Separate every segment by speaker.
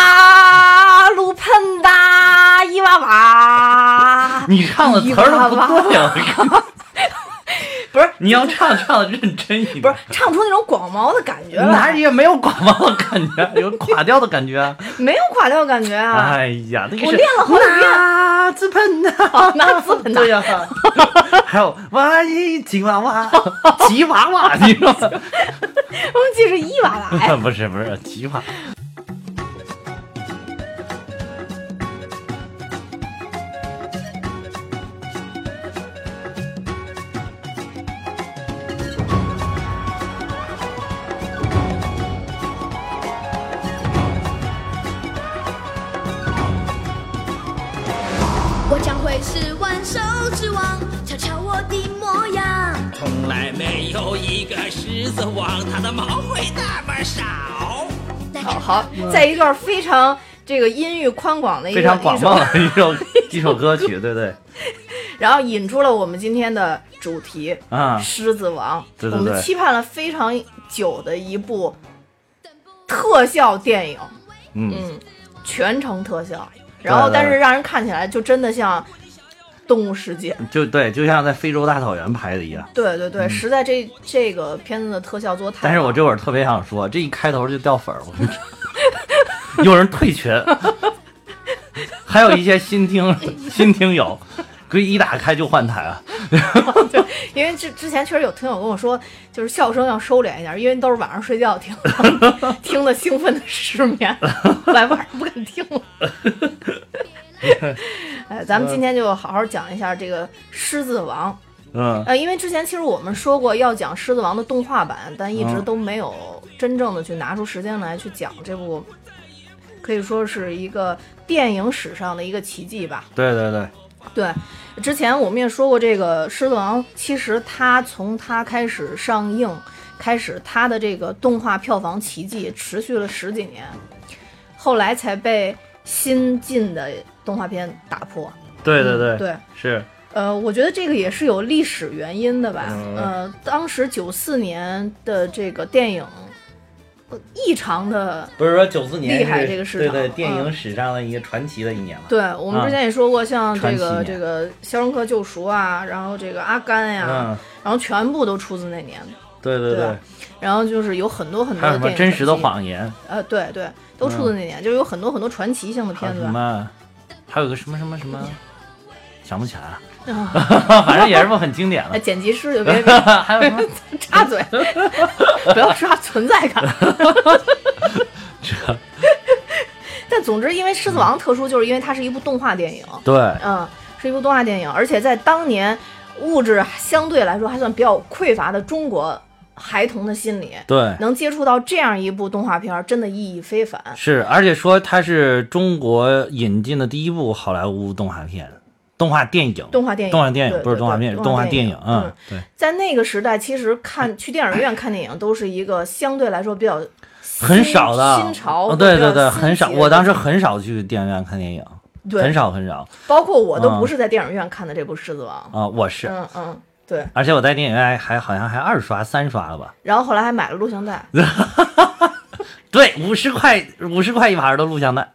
Speaker 1: 你唱的词儿都不对 啊！
Speaker 2: 不是，
Speaker 1: 你要唱唱的认真一点，
Speaker 2: 不是唱出那种广毛的感觉
Speaker 1: 哪
Speaker 2: 来，
Speaker 1: 里也没有垮毛的感觉，有垮掉的感觉啊！
Speaker 2: 没有垮掉的感觉啊！
Speaker 1: 哎呀，那个是
Speaker 2: 我练了好几遍
Speaker 1: 那自喷 呐，
Speaker 2: 哦那自 喷呐
Speaker 1: 对呀、还有哇一吉娃娃，吉娃娃，你说
Speaker 2: 我们记是伊娃娃 呀，
Speaker 1: 不是不是吉娃，
Speaker 3: 我将会是万兽之王，瞧瞧我的模样。
Speaker 4: 从来没有一个狮子王，它的毛会那么少。
Speaker 3: 来
Speaker 2: 好
Speaker 3: 看
Speaker 2: 好，在一段非常这个音域宽广的一
Speaker 1: 嗯非
Speaker 2: 个
Speaker 1: 常广
Speaker 2: 一首
Speaker 1: 袤的一首一首歌曲，对不对？
Speaker 2: 然后引出了我们今天的主题
Speaker 1: 啊
Speaker 2: 狮子王》
Speaker 1: 对对
Speaker 2: 我
Speaker 1: 对
Speaker 2: 们期盼了非常久的一部特效电影，
Speaker 1: 嗯，
Speaker 2: 嗯，全程特效，然后
Speaker 1: 对对对
Speaker 2: 但是让人看起来就真的像动物世界。
Speaker 1: 就对，就像在非洲大草原拍的一样。
Speaker 2: 对对对，实在这这个片子的特效做得太好
Speaker 1: 嗯但
Speaker 2: 了……
Speaker 1: 是我这会儿特别想说，这一开头就掉粉儿，我跟你说， 有人退群，还有一些新听新听友，可以一打开就换台啊。
Speaker 2: 因为之之前确实有听友跟我说，就是笑声要收敛一点，因为都是晚上睡觉 听，听的兴奋的失眠，后来晚上不敢听 了。哎，咱们今天就好好讲一下这个《狮子王》。
Speaker 1: 嗯，
Speaker 2: 呃，因为之前其实我们说过要讲《狮子王》的动画版，但一直
Speaker 1: 嗯
Speaker 2: 都没有真正的去拿出时间来去讲这部，可以说是一个电影史上的一个奇迹吧。
Speaker 1: 对对对，
Speaker 2: 对，之前我们也说过，这个《狮子王》其实它从它开始上映开始，它的这个动画票房奇迹持续了十几年，后来才被新进的动画片打破。
Speaker 1: 对对对，
Speaker 2: 嗯对，
Speaker 1: 是，
Speaker 2: 呃，我觉得这个也是有历史原因的吧。
Speaker 1: 嗯
Speaker 2: 呃，当时九四年的这个电影，呃异常的
Speaker 1: 不是说九四年
Speaker 2: 厉害
Speaker 1: 是
Speaker 2: 这个市
Speaker 1: 对
Speaker 2: 场
Speaker 1: 对电影
Speaker 2: 嗯
Speaker 1: 史上的一个传奇的一年嘛。
Speaker 2: 对我们
Speaker 1: 啊
Speaker 2: 之前也说过，像
Speaker 1: 传
Speaker 2: 这
Speaker 1: 奇
Speaker 2: 个
Speaker 1: 年
Speaker 2: 这个《肖申克救赎》啊，然后这个《阿甘》呀、
Speaker 1: 嗯，
Speaker 2: 然后全部都出自那年，
Speaker 1: 对对
Speaker 2: 啊对然后就是有很多很多
Speaker 1: 还有
Speaker 2: 的
Speaker 1: 什么
Speaker 2: 电影
Speaker 1: 真实的
Speaker 2: 传奇，
Speaker 1: 谎言，
Speaker 2: 呃，对对，都出自那年，就是有很多很多传奇性的
Speaker 1: 还有
Speaker 2: 片
Speaker 1: 什
Speaker 2: 段。
Speaker 1: 么，还有个什么什么什么，想不起来了，
Speaker 2: 啊，
Speaker 1: 反正也是部很经典
Speaker 2: 哎
Speaker 1: 的。
Speaker 2: 剪辑师就 别
Speaker 1: 还有什么？
Speaker 2: 别插嘴，不要刷存在感。但总之，因为《狮子王》特殊，就是因为它是一部动画电影，
Speaker 1: 对，
Speaker 2: 嗯，是一部动画电影，而且在当年物质相对来说还算比较匮乏的中国孩童的心里，
Speaker 1: 对，
Speaker 2: 能接触到这样一部动画片儿，真的意义非凡。
Speaker 1: 是，而且说它是中国引进的第一部好莱坞动画片，动画电影，
Speaker 2: 动画电影，
Speaker 1: 动画电
Speaker 2: 对
Speaker 1: 影不是
Speaker 2: 对
Speaker 1: 动画
Speaker 2: 对
Speaker 1: 片，是
Speaker 2: 动
Speaker 1: 动画电
Speaker 2: 电
Speaker 1: 影。嗯，，对，
Speaker 2: 在那个时代，其实看去电影院看电影都是一个相对来说比较新
Speaker 1: 很少的，
Speaker 2: 新潮
Speaker 1: 哦
Speaker 2: 的，
Speaker 1: 对
Speaker 2: 比较
Speaker 1: 对对，
Speaker 2: 新
Speaker 1: 很少。
Speaker 2: 奇的
Speaker 1: 我当时很少去电影院看电影，
Speaker 2: 对
Speaker 1: 很，少很少
Speaker 2: 包括我都
Speaker 1: 嗯
Speaker 2: 不是在电影院看的这部《狮子王》。
Speaker 1: 啊，我是，
Speaker 2: 嗯嗯，对。
Speaker 1: 而且我在电影院还好像还二刷三刷了吧？
Speaker 2: 然后后来还买了录像带，
Speaker 1: 嗯对，五十块五十块一盘的录像带，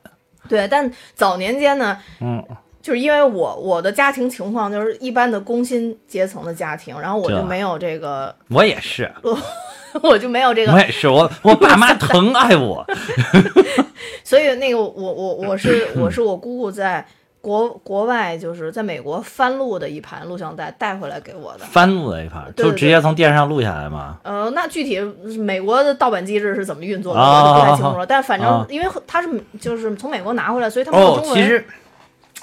Speaker 2: 对。但早年间呢，
Speaker 1: 嗯，
Speaker 2: 就是因为我我的家庭情况就是一般的工薪阶层的家庭，然后我
Speaker 1: 这
Speaker 2: 就没有这个，
Speaker 1: 我也是，
Speaker 2: 我就没有这个
Speaker 1: 我也是，我我爸妈疼爱我，
Speaker 2: 所以那个我我我 是我是我姑姑在国国外就是在美国翻录的一盘录像带带回来给我的。
Speaker 1: 翻录了一盘，
Speaker 2: 对
Speaker 1: 就
Speaker 2: 对
Speaker 1: 直接从电视上录下来嘛。
Speaker 2: 呃，那具体美国的盗版机制是怎么运作的，
Speaker 1: 啊
Speaker 2: 我就不太清楚了。但反正
Speaker 1: 啊
Speaker 2: 因为它是就是从美国拿回来，所以他们
Speaker 1: 哦
Speaker 2: 中，文。
Speaker 1: 其实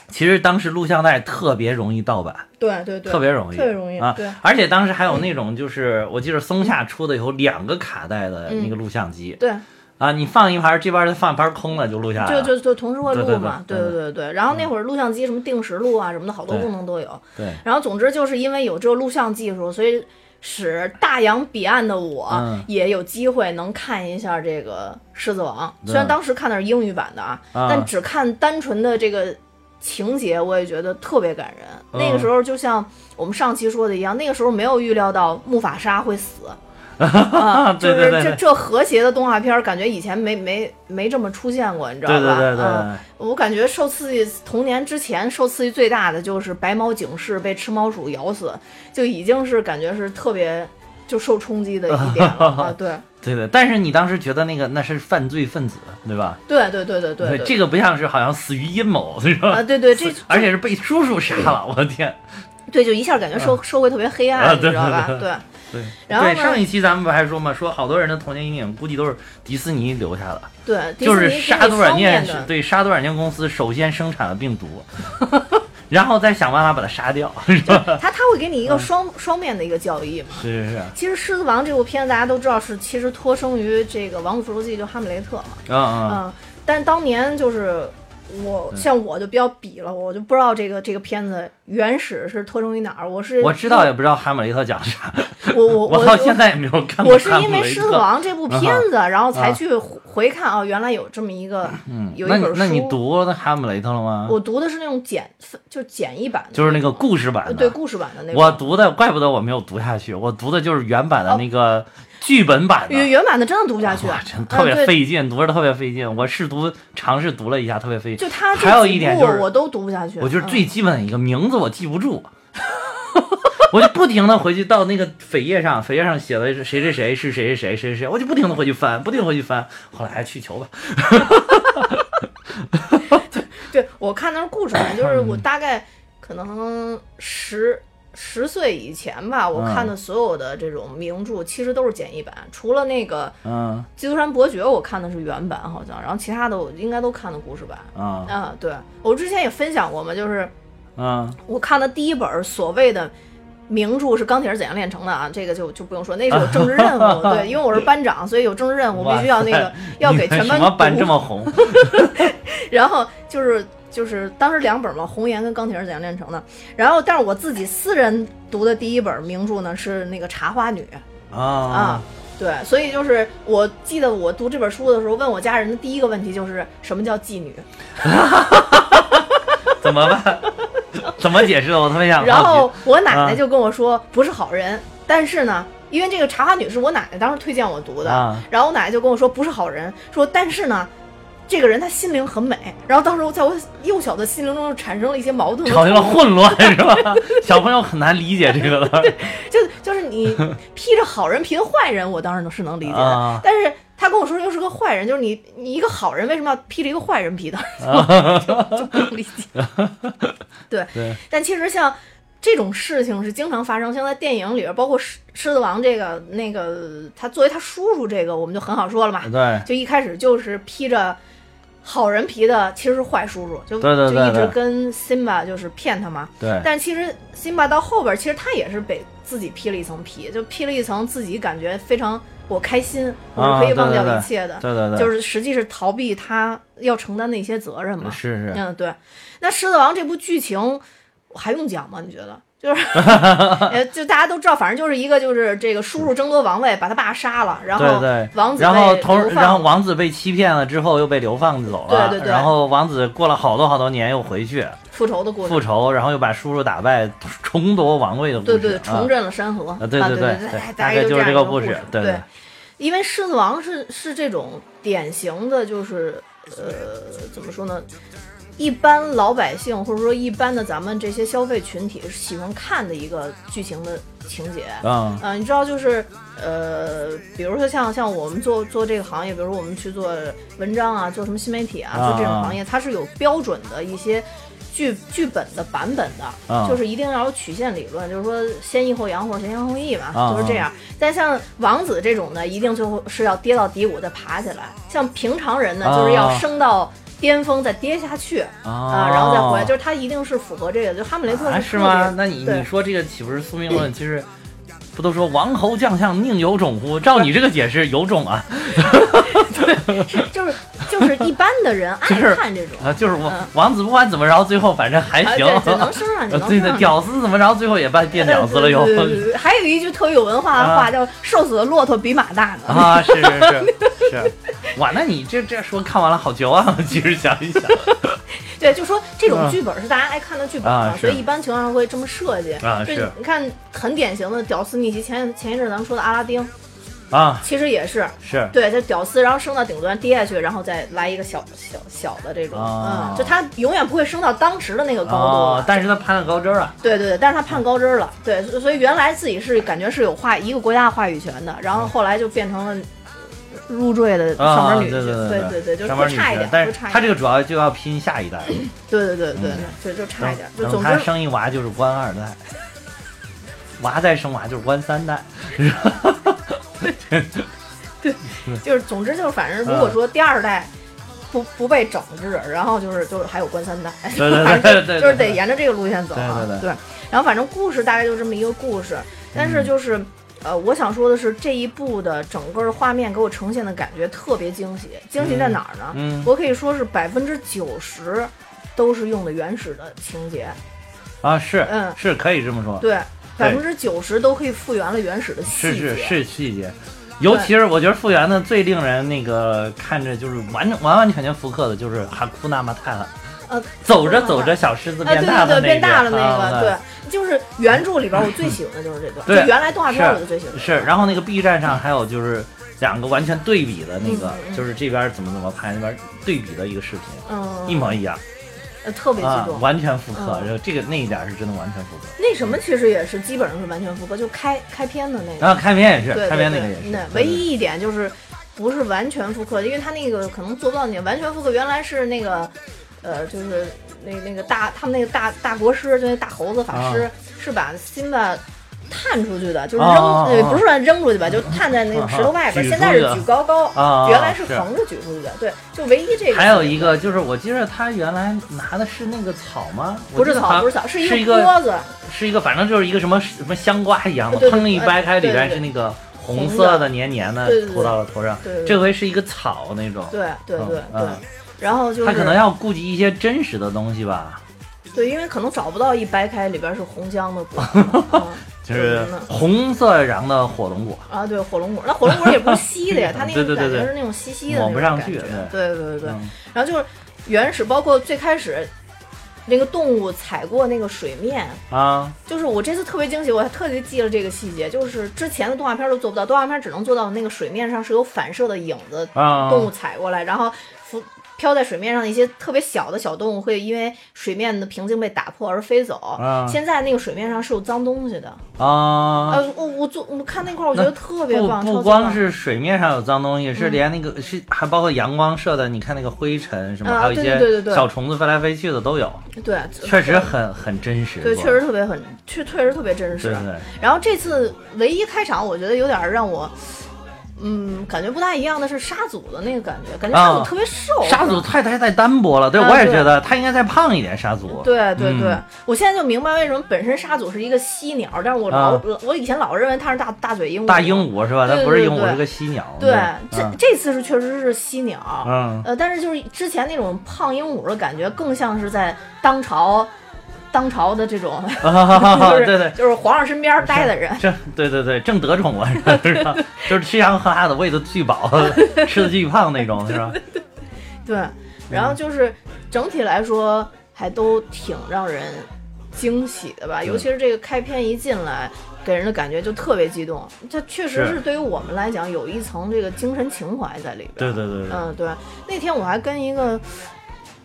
Speaker 1: 其实当时录像带特别容易盗版。
Speaker 2: 对对对，
Speaker 1: 特别容易，
Speaker 2: 特别容易
Speaker 1: 啊！
Speaker 2: 对嗯
Speaker 1: 而且当时还有那种，就是我记得松下出的有两个卡带的
Speaker 2: 嗯
Speaker 1: 那个录像机、
Speaker 2: 对，
Speaker 1: 啊，你放一盘，这边的放一盘空了就录下来
Speaker 2: 就
Speaker 1: 了。
Speaker 2: 就就同时会
Speaker 1: 对
Speaker 2: 录
Speaker 1: 对
Speaker 2: 嘛，
Speaker 1: 对
Speaker 2: 对
Speaker 1: 对
Speaker 2: 对对。然后那会儿录像机什么定时录啊什么的，好多
Speaker 1: 对
Speaker 2: 功能都有。
Speaker 1: 对，
Speaker 2: 然后总之就是因为有这个录像技术，所以使大洋彼岸的我
Speaker 1: 嗯
Speaker 2: 也有机会能看一下这个《狮子王》，
Speaker 1: 对
Speaker 2: 虽然当时看的是英语版的啊，
Speaker 1: 啊
Speaker 2: 但只看单纯的这个。情节我也觉得特别感人，
Speaker 1: 嗯
Speaker 2: 那个时候就像我们上期说的一样，那个时候没有预料到木法沙会死，啊，就
Speaker 1: 对
Speaker 2: 是
Speaker 1: 对对
Speaker 2: 这
Speaker 1: 对
Speaker 2: 这和谐的动画片儿，感觉以前没没没这么出现过，你知道吧？
Speaker 1: 对对对对
Speaker 2: 嗯我感觉受刺激，童年之前受刺激最大的就是白毛警示被吃猫鼠咬死，就已经是感觉是特别就受冲击的一 点了啊！对
Speaker 1: 对对，但是你当时觉得那个那是犯罪分子，对吧？
Speaker 2: 对对对对对，
Speaker 1: 这个不像是好像死于阴谋，是吧？
Speaker 2: 啊对对这
Speaker 1: 而且是被叔叔杀了，我的天！
Speaker 2: 对就一下感觉社社会特别黑暗，
Speaker 1: 啊
Speaker 2: 你知道吧？
Speaker 1: 对对
Speaker 2: 对，
Speaker 1: 对，
Speaker 2: 然后呢
Speaker 1: 对上一期咱们不还说嘛，说好多人的童年阴影估计都是迪士尼留下的，
Speaker 2: 对，迪
Speaker 1: 就
Speaker 2: 士尼
Speaker 1: 是
Speaker 2: 给
Speaker 1: 杀
Speaker 2: 你
Speaker 1: 毒软
Speaker 2: 方面
Speaker 1: 件
Speaker 2: 的，
Speaker 1: 对杀毒软件公司首先生产了病毒， 然后再想办法把它杀掉，是吧？
Speaker 2: 他他会给
Speaker 1: 嗯
Speaker 2: 你一个双、双面的一个教义嘛。
Speaker 1: 是是是，
Speaker 2: 其实《狮子王》这部片子大家都知道是其实脱生于这个《王子复仇记》，就哈姆雷特嘛。
Speaker 1: 嗯嗯，
Speaker 2: 嗯，但当年就是我像我就比较比了，我就不知道这个这个片子原始是脱生于哪儿。我是
Speaker 1: 我知道也不知道哈姆雷特讲啥，
Speaker 2: 我我
Speaker 1: 我
Speaker 2: 我
Speaker 1: 到现在也没有看过
Speaker 2: 我是
Speaker 1: 哈
Speaker 2: 因
Speaker 1: 姆
Speaker 2: 为《
Speaker 1: 雷
Speaker 2: 狮子
Speaker 1: 特。
Speaker 2: 王》这部片子，然后才去回看啊，原来有这么一个
Speaker 1: 嗯，
Speaker 2: 有一
Speaker 1: 那你
Speaker 2: 本书。
Speaker 1: 那你读了哈姆雷特了吗？
Speaker 2: 我读的是那种简就简易版的，呃
Speaker 1: 就是那个故事版的，
Speaker 2: 对故事版的那
Speaker 1: 我
Speaker 2: 种。
Speaker 1: 读的，怪不得我没有读下去，我读的就是原版
Speaker 2: 哦
Speaker 1: 的那个剧本版的。
Speaker 2: 原 原版的真的读不下去
Speaker 1: 哇，，真特别
Speaker 2: 嗯对
Speaker 1: 费劲，读着特别费劲。我试读尝试读了一下，特别费劲。
Speaker 2: 就它这
Speaker 1: 还有
Speaker 2: 几
Speaker 1: 一点
Speaker 2: 部
Speaker 1: 就是
Speaker 2: 我都读不下去。
Speaker 1: 我就是
Speaker 2: 嗯
Speaker 1: 最基本的一个名字我记不住， 我就不停的回去到那个扉页上，扉页上写的是谁谁谁是谁谁谁谁谁谁，我就不停的回去翻，不停的回去翻。后来还去球吧，
Speaker 2: 对我看的是故事版，就是
Speaker 1: 嗯
Speaker 2: 我大概可能十十岁以前吧，我看
Speaker 1: 嗯
Speaker 2: 的所有的这种名著其实都是简易版，除了那个
Speaker 1: 嗯
Speaker 2: 《基督山伯爵》，我看的是原版好像，然后其他的我应该都看的故事版。
Speaker 1: 啊
Speaker 2: 啊，对我之前也分享过嘛，就是
Speaker 1: 啊
Speaker 2: 我看的第一本所谓的名著是《钢铁是怎样炼成的》啊，这个就就不用说，那是有政治任 务，对，因为我是班长，所以有政治任务，我必须要那
Speaker 1: 哇
Speaker 2: 个
Speaker 1: 塞
Speaker 2: 要给全
Speaker 1: 你们什么
Speaker 2: 班
Speaker 1: 班
Speaker 2: 读
Speaker 1: 这 么红？
Speaker 2: 然后就是就是当时两本嘛，《红岩》跟《钢铁是怎样炼成的》。然后，但是我自己私人读的第一本名著呢是那个《茶花女》啊
Speaker 1: 啊，
Speaker 2: 对，所以就是我记得我读这本书的时候，问我家人的第一个问题就是什么叫妓女，
Speaker 1: 怎么办？ 怎么解释？我特别想好奇。
Speaker 2: 然后我奶
Speaker 1: 啊
Speaker 2: 奶就跟我说、不是好人，但是呢。因为这个《茶花女》是我奶奶当时推荐我读的，
Speaker 1: 啊
Speaker 2: 然后我奶奶就跟我说不是好人，说但是呢，这个人他心灵很美。然后当时我在我幼小的心灵中就产生了一些矛盾和
Speaker 1: 搞成了混乱是吧？ 小朋友很难理解这个 的。
Speaker 2: 就就是 你披着好人皮的坏人，我当然是能理解的。
Speaker 1: 啊
Speaker 2: 但是他跟我说又是个坏人，就是你你一个好人为什么要披着一个坏人皮 的，就就不能理解。对，
Speaker 1: 对
Speaker 2: 但其实像这种事情是经常发生，像在电影里边，包括狮狮子王这个那个他作为他叔叔这个，我们就很好说了嘛，
Speaker 1: 对，
Speaker 2: 就一开始就是披着。好人皮的其实是坏叔叔，就
Speaker 1: 对对对
Speaker 2: 就一
Speaker 1: 对
Speaker 2: 直跟辛巴就是骗他嘛，
Speaker 1: 对，
Speaker 2: 但其实辛巴到后边儿，其实他也是被自己披了一层皮，就披了一层自己感觉非常我开心，我是可以忘掉一切的，
Speaker 1: 啊对对对，
Speaker 2: 就是实际是逃避他要承担的一些责任嘛。
Speaker 1: 是是，
Speaker 2: 嗯，对。那《狮子王》这部剧情还用讲吗？你觉得？就是， 呃，就大家都知道，反正就是一个就是这个叔叔争夺王位，把他爸杀了，然
Speaker 1: 对
Speaker 2: 后
Speaker 1: 对，
Speaker 2: 王子
Speaker 1: 然后
Speaker 2: 被
Speaker 1: 同
Speaker 2: 流放
Speaker 1: 然后王子被欺骗了之后又被流放走了，
Speaker 2: 对对对
Speaker 1: 然后王子过了好多好多年又回去
Speaker 2: 复仇的故事
Speaker 1: 复，仇，然后又把叔叔打败，重夺王位的故
Speaker 2: 对
Speaker 1: 事，
Speaker 2: 对，重
Speaker 1: 啊
Speaker 2: 振了山河，
Speaker 1: 啊对
Speaker 2: 啊
Speaker 1: 对
Speaker 2: 对
Speaker 1: 对对
Speaker 2: 大
Speaker 1: 大概
Speaker 2: 就
Speaker 1: 就是
Speaker 2: 样
Speaker 1: 这
Speaker 2: 一
Speaker 1: 个
Speaker 2: 个
Speaker 1: 故事对
Speaker 2: 对
Speaker 1: 对，
Speaker 2: 因为《狮子王是》是这种典型的，就是呃，怎么说呢？一般老百姓或者说一般的咱们这些消费群体是喜欢看的一个剧情的情节。
Speaker 1: 嗯
Speaker 2: 呃，你知道就是呃，比如说像像我们做做这个行业，比如说我们去做文章啊，做什么新媒体啊，
Speaker 1: 啊
Speaker 2: 做这种行业，它是有标准的一些剧剧本的版本的，
Speaker 1: 啊
Speaker 2: 就是一定要有曲线理论，就是说先抑后扬或者先扬后抑嘛，
Speaker 1: 啊
Speaker 2: 就是这样。但像王子这种呢，一定就会是要跌到低谷再爬起来；像平常人呢，
Speaker 1: 啊
Speaker 2: 就是要升到。巅峰再跌下去啊、
Speaker 1: 啊
Speaker 2: 然后再回来，就是他一定是符合这个，就哈姆雷特
Speaker 1: 啊
Speaker 2: 是
Speaker 1: 是
Speaker 2: 特别、
Speaker 1: 吗？那你
Speaker 2: 对
Speaker 1: 你说这个岂不是宿命论？其实。不都说王侯将相宁有种乎？照你这个解释，有种啊
Speaker 2: 就是就是一般的人爱
Speaker 1: 就是
Speaker 2: 看这种，
Speaker 1: 啊！就是王
Speaker 2: 嗯
Speaker 1: 王子不管怎么着，最后反正还
Speaker 2: 啊，
Speaker 1: 行。
Speaker 2: 对，只 能升上去，
Speaker 1: 呃
Speaker 2: 能
Speaker 1: 对
Speaker 2: 升
Speaker 1: 的，
Speaker 2: 上去。
Speaker 1: 屌丝怎么着，最后 也变变屌丝了又。
Speaker 2: 对对对对对还有一句特别有文化的话，
Speaker 1: 啊
Speaker 2: 叫“瘦死的骆驼比马大”呢。
Speaker 1: 啊，是是是是，哇，那你这这说看完了好绝望啊！其实想一想
Speaker 2: 对，就说这种
Speaker 1: 啊
Speaker 2: 剧本是大家爱看的剧本
Speaker 1: 啊
Speaker 2: 所以
Speaker 1: 是
Speaker 2: 一般情况下会这么设计。
Speaker 1: 啊
Speaker 2: 就是你看，很典型的屌丝逆袭，前前一阵咱们说的阿拉丁，
Speaker 1: 啊，
Speaker 2: 其实也是，
Speaker 1: 是
Speaker 2: 对，就屌丝，然后升到顶端跌下去，然后再来一个小小小的这种，
Speaker 1: 啊
Speaker 2: 嗯，就他永远不会升到当时的那个高度啊
Speaker 1: 哦
Speaker 2: 了。，
Speaker 1: 但是他攀了高枝儿啊，
Speaker 2: 对对对，但是他盼高枝儿了，对，所以原来自己是感觉是有话一个国家的话语权的，然后后来就变成了入赘的上
Speaker 1: 嗯啊，
Speaker 2: 门
Speaker 1: 对
Speaker 2: 女婿，
Speaker 1: 对
Speaker 2: 对
Speaker 1: 对
Speaker 2: 对，就
Speaker 1: 上班
Speaker 2: 会
Speaker 1: 女
Speaker 2: 差一
Speaker 1: 婿
Speaker 2: 点，，
Speaker 1: 但
Speaker 2: 会
Speaker 1: 是
Speaker 2: 差一
Speaker 1: 他这
Speaker 2: 点，
Speaker 1: 个主要就要拼下一代了，
Speaker 2: 对对对对对，对就差一点，就
Speaker 1: 等
Speaker 2: 总
Speaker 1: 他
Speaker 2: 之
Speaker 1: 生一娃就是官二代，娃再生娃就是官三代，
Speaker 2: 就是总之就是反正如
Speaker 1: 嗯
Speaker 2: 果说第二代。不不被整治，然后就是就是还有官三代，
Speaker 1: 对对对对对，
Speaker 2: 就是得沿着这个路线走啊。
Speaker 1: 对对对嗯
Speaker 2: 然后反正故事大概就这么一个故事，但是就是。呃，我想说的是，这一部的整个的画面给我呈现的感觉特别惊喜，惊喜在哪儿呢？
Speaker 1: 嗯
Speaker 2: 我可以说是百分之九十都是用的原始的情节，
Speaker 1: 啊，是
Speaker 2: 嗯
Speaker 1: 是可以这么说，
Speaker 2: 对，
Speaker 1: 对
Speaker 2: 百分之九十都可以复原了原始的细
Speaker 1: 是
Speaker 2: 节。
Speaker 1: 是是细节，尤其是我觉得复原的最令人那个看着就是完完完全全复刻的，就是哈库纳马泰了，
Speaker 2: 呃，
Speaker 1: 走着走着小狮子
Speaker 2: 哎，
Speaker 1: 变
Speaker 2: 对
Speaker 1: 大
Speaker 2: 对
Speaker 1: 的
Speaker 2: 对，
Speaker 1: 那
Speaker 2: 变
Speaker 1: 个，
Speaker 2: 大了那
Speaker 1: 啊
Speaker 2: 个，对，就是原著里边我最喜欢的就是这段，
Speaker 1: 对
Speaker 2: 就原来动画片我就最喜欢这
Speaker 1: 是，
Speaker 2: 段
Speaker 1: 然后那个 B 站上还有就是两个完全对比的那个
Speaker 2: 嗯嗯，嗯
Speaker 1: 就是这边怎么怎么拍，那边对比的一个视频，一
Speaker 2: 嗯，
Speaker 1: 模一样
Speaker 2: 呃特别激
Speaker 1: 啊
Speaker 2: 动，，
Speaker 1: 完全复刻，
Speaker 2: 嗯
Speaker 1: 然后这个那一点是真的完全复刻。
Speaker 2: 那什么其实也是基本上是完全复刻，就开开篇的那个，
Speaker 1: 然后开篇也是
Speaker 2: 对，
Speaker 1: 开
Speaker 2: 对
Speaker 1: 篇那个也
Speaker 2: 对，
Speaker 1: 是嗯
Speaker 2: 那，
Speaker 1: 对
Speaker 2: 唯一一点就是不是完全复刻，因为它那个可能做不到你完全复刻。原来是那个，呃，就是那那个大他们那个大大国师，就那大猴子法
Speaker 1: 啊
Speaker 2: 师，是把辛巴。探出去的，就是扔，
Speaker 1: 哦哦
Speaker 2: 呃
Speaker 1: 哦
Speaker 2: 不是说扔出去吧，就探在那个石头外边。
Speaker 1: 举
Speaker 2: 现在是
Speaker 1: 出去
Speaker 2: 举高高，
Speaker 1: 啊
Speaker 2: 原来是
Speaker 1: 是
Speaker 2: 横着举出去的。对，就唯一这个。
Speaker 1: 还有一个就是，我记得他原来拿的是那个草吗？
Speaker 2: 不是
Speaker 1: 我记得好
Speaker 2: 草，
Speaker 1: 像
Speaker 2: 不是草，
Speaker 1: 是
Speaker 2: 一
Speaker 1: 个
Speaker 2: 锅子，
Speaker 1: 是一个，反正就是一个什么什么香瓜一样的，
Speaker 2: 对对
Speaker 1: 砰一掰开，
Speaker 2: 对
Speaker 1: 里
Speaker 2: 对
Speaker 1: 边
Speaker 2: 对
Speaker 1: 是那个红色
Speaker 2: 红的
Speaker 1: 的黏黏的
Speaker 2: 对对对
Speaker 1: 涂到了头上
Speaker 2: 对对。对
Speaker 1: 这回是一个草那种，
Speaker 2: 对对对对
Speaker 1: 嗯嗯。
Speaker 2: 然后就是
Speaker 1: 他可能要顾及一些真实的东西吧，
Speaker 2: 对，因为可能找不到一掰开里边是红姜的果 子。嗯
Speaker 1: 就是
Speaker 2: 嗯
Speaker 1: 红色瓤的火龙果，
Speaker 2: 啊，对，火龙果，那火龙果也不是稀的 呀，它那
Speaker 1: 对
Speaker 2: 个
Speaker 1: 对
Speaker 2: 感
Speaker 1: 对
Speaker 2: 觉
Speaker 1: 对
Speaker 2: 是那种稀稀的那
Speaker 1: 抹
Speaker 2: 种
Speaker 1: 不上
Speaker 2: 感
Speaker 1: 去
Speaker 2: 觉
Speaker 1: 对
Speaker 2: 对对对对
Speaker 1: 嗯
Speaker 2: 然后就是原始，包括最开始那个动物踩过那个水面，
Speaker 1: 啊，
Speaker 2: 就是我这次特别惊喜，我还特地记了这个细节，就是之前的动画片都做不到，动画片只能做到那个水面上是有反射的影子，
Speaker 1: 啊
Speaker 2: 动物踩过来，然后浮飘在水面上的一些特别小的小动物会因为水面的平静被打破而飞走。
Speaker 1: 啊
Speaker 2: 现在那个水面上是有脏东西的，
Speaker 1: 啊。
Speaker 2: 呃，我我做我看那块儿，我觉
Speaker 1: 那
Speaker 2: 得特别棒，嗯
Speaker 1: 不
Speaker 2: 超
Speaker 1: 不
Speaker 2: 级
Speaker 1: 光
Speaker 2: 棒
Speaker 1: 是水面上有脏东西，是连那个是还包括阳光射的，你看那个灰尘什么，
Speaker 2: 啊
Speaker 1: 还有一
Speaker 2: 对
Speaker 1: 些
Speaker 2: 对对对
Speaker 1: 小虫子飞来飞去的都有，
Speaker 2: 对，
Speaker 1: 确实很很真实。
Speaker 2: 对，
Speaker 1: 做
Speaker 2: 确
Speaker 1: 得
Speaker 2: 实特别很，确确实特别真实。
Speaker 1: 对对
Speaker 2: 然后这次唯一开场，我觉得有点让我，嗯，感觉不大一样的是沙祖的那个感觉，感觉沙祖
Speaker 1: 啊
Speaker 2: 特别瘦。
Speaker 1: 沙祖太太太单薄了，对、
Speaker 2: 啊
Speaker 1: 我也
Speaker 2: 对
Speaker 1: 觉得他应该再胖一点。沙祖，
Speaker 2: 对对对，
Speaker 1: 嗯
Speaker 2: 我现在就明白为什么本身沙祖是一个犀鸟，但是我老、
Speaker 1: 啊
Speaker 2: 我以前老认为它是大大嘴鹦鹉。
Speaker 1: 大鹦。鹉是吧？
Speaker 2: 对
Speaker 1: 它
Speaker 2: 对
Speaker 1: 不是鹦
Speaker 2: 对
Speaker 1: 鹉，
Speaker 2: 对
Speaker 1: 是个犀鸟。
Speaker 2: 对，这、
Speaker 1: 嗯
Speaker 2: 这次是确实是犀鸟。
Speaker 1: 嗯
Speaker 2: 呃，但是就是之前那种胖鹦鹉的感觉，更像是在当朝，当朝的这种， 就是
Speaker 1: 啊对对。
Speaker 2: 就是皇上身边待的人，
Speaker 1: 正对对对，正得宠我啊是吧？ 就是吃香喝辣的，喂的巨 饱，吃的巨胖那种是吧？
Speaker 2: 对，然
Speaker 1: 嗯
Speaker 2: 后就是整体来说还都挺让人惊喜的吧，尤其是这个开篇一进来，给人的感觉就特别激动。它确实
Speaker 1: 是
Speaker 2: 是对于我们来讲有一层这个精神情怀在里边。
Speaker 1: 对对对对
Speaker 2: 嗯，对。那天我还跟一个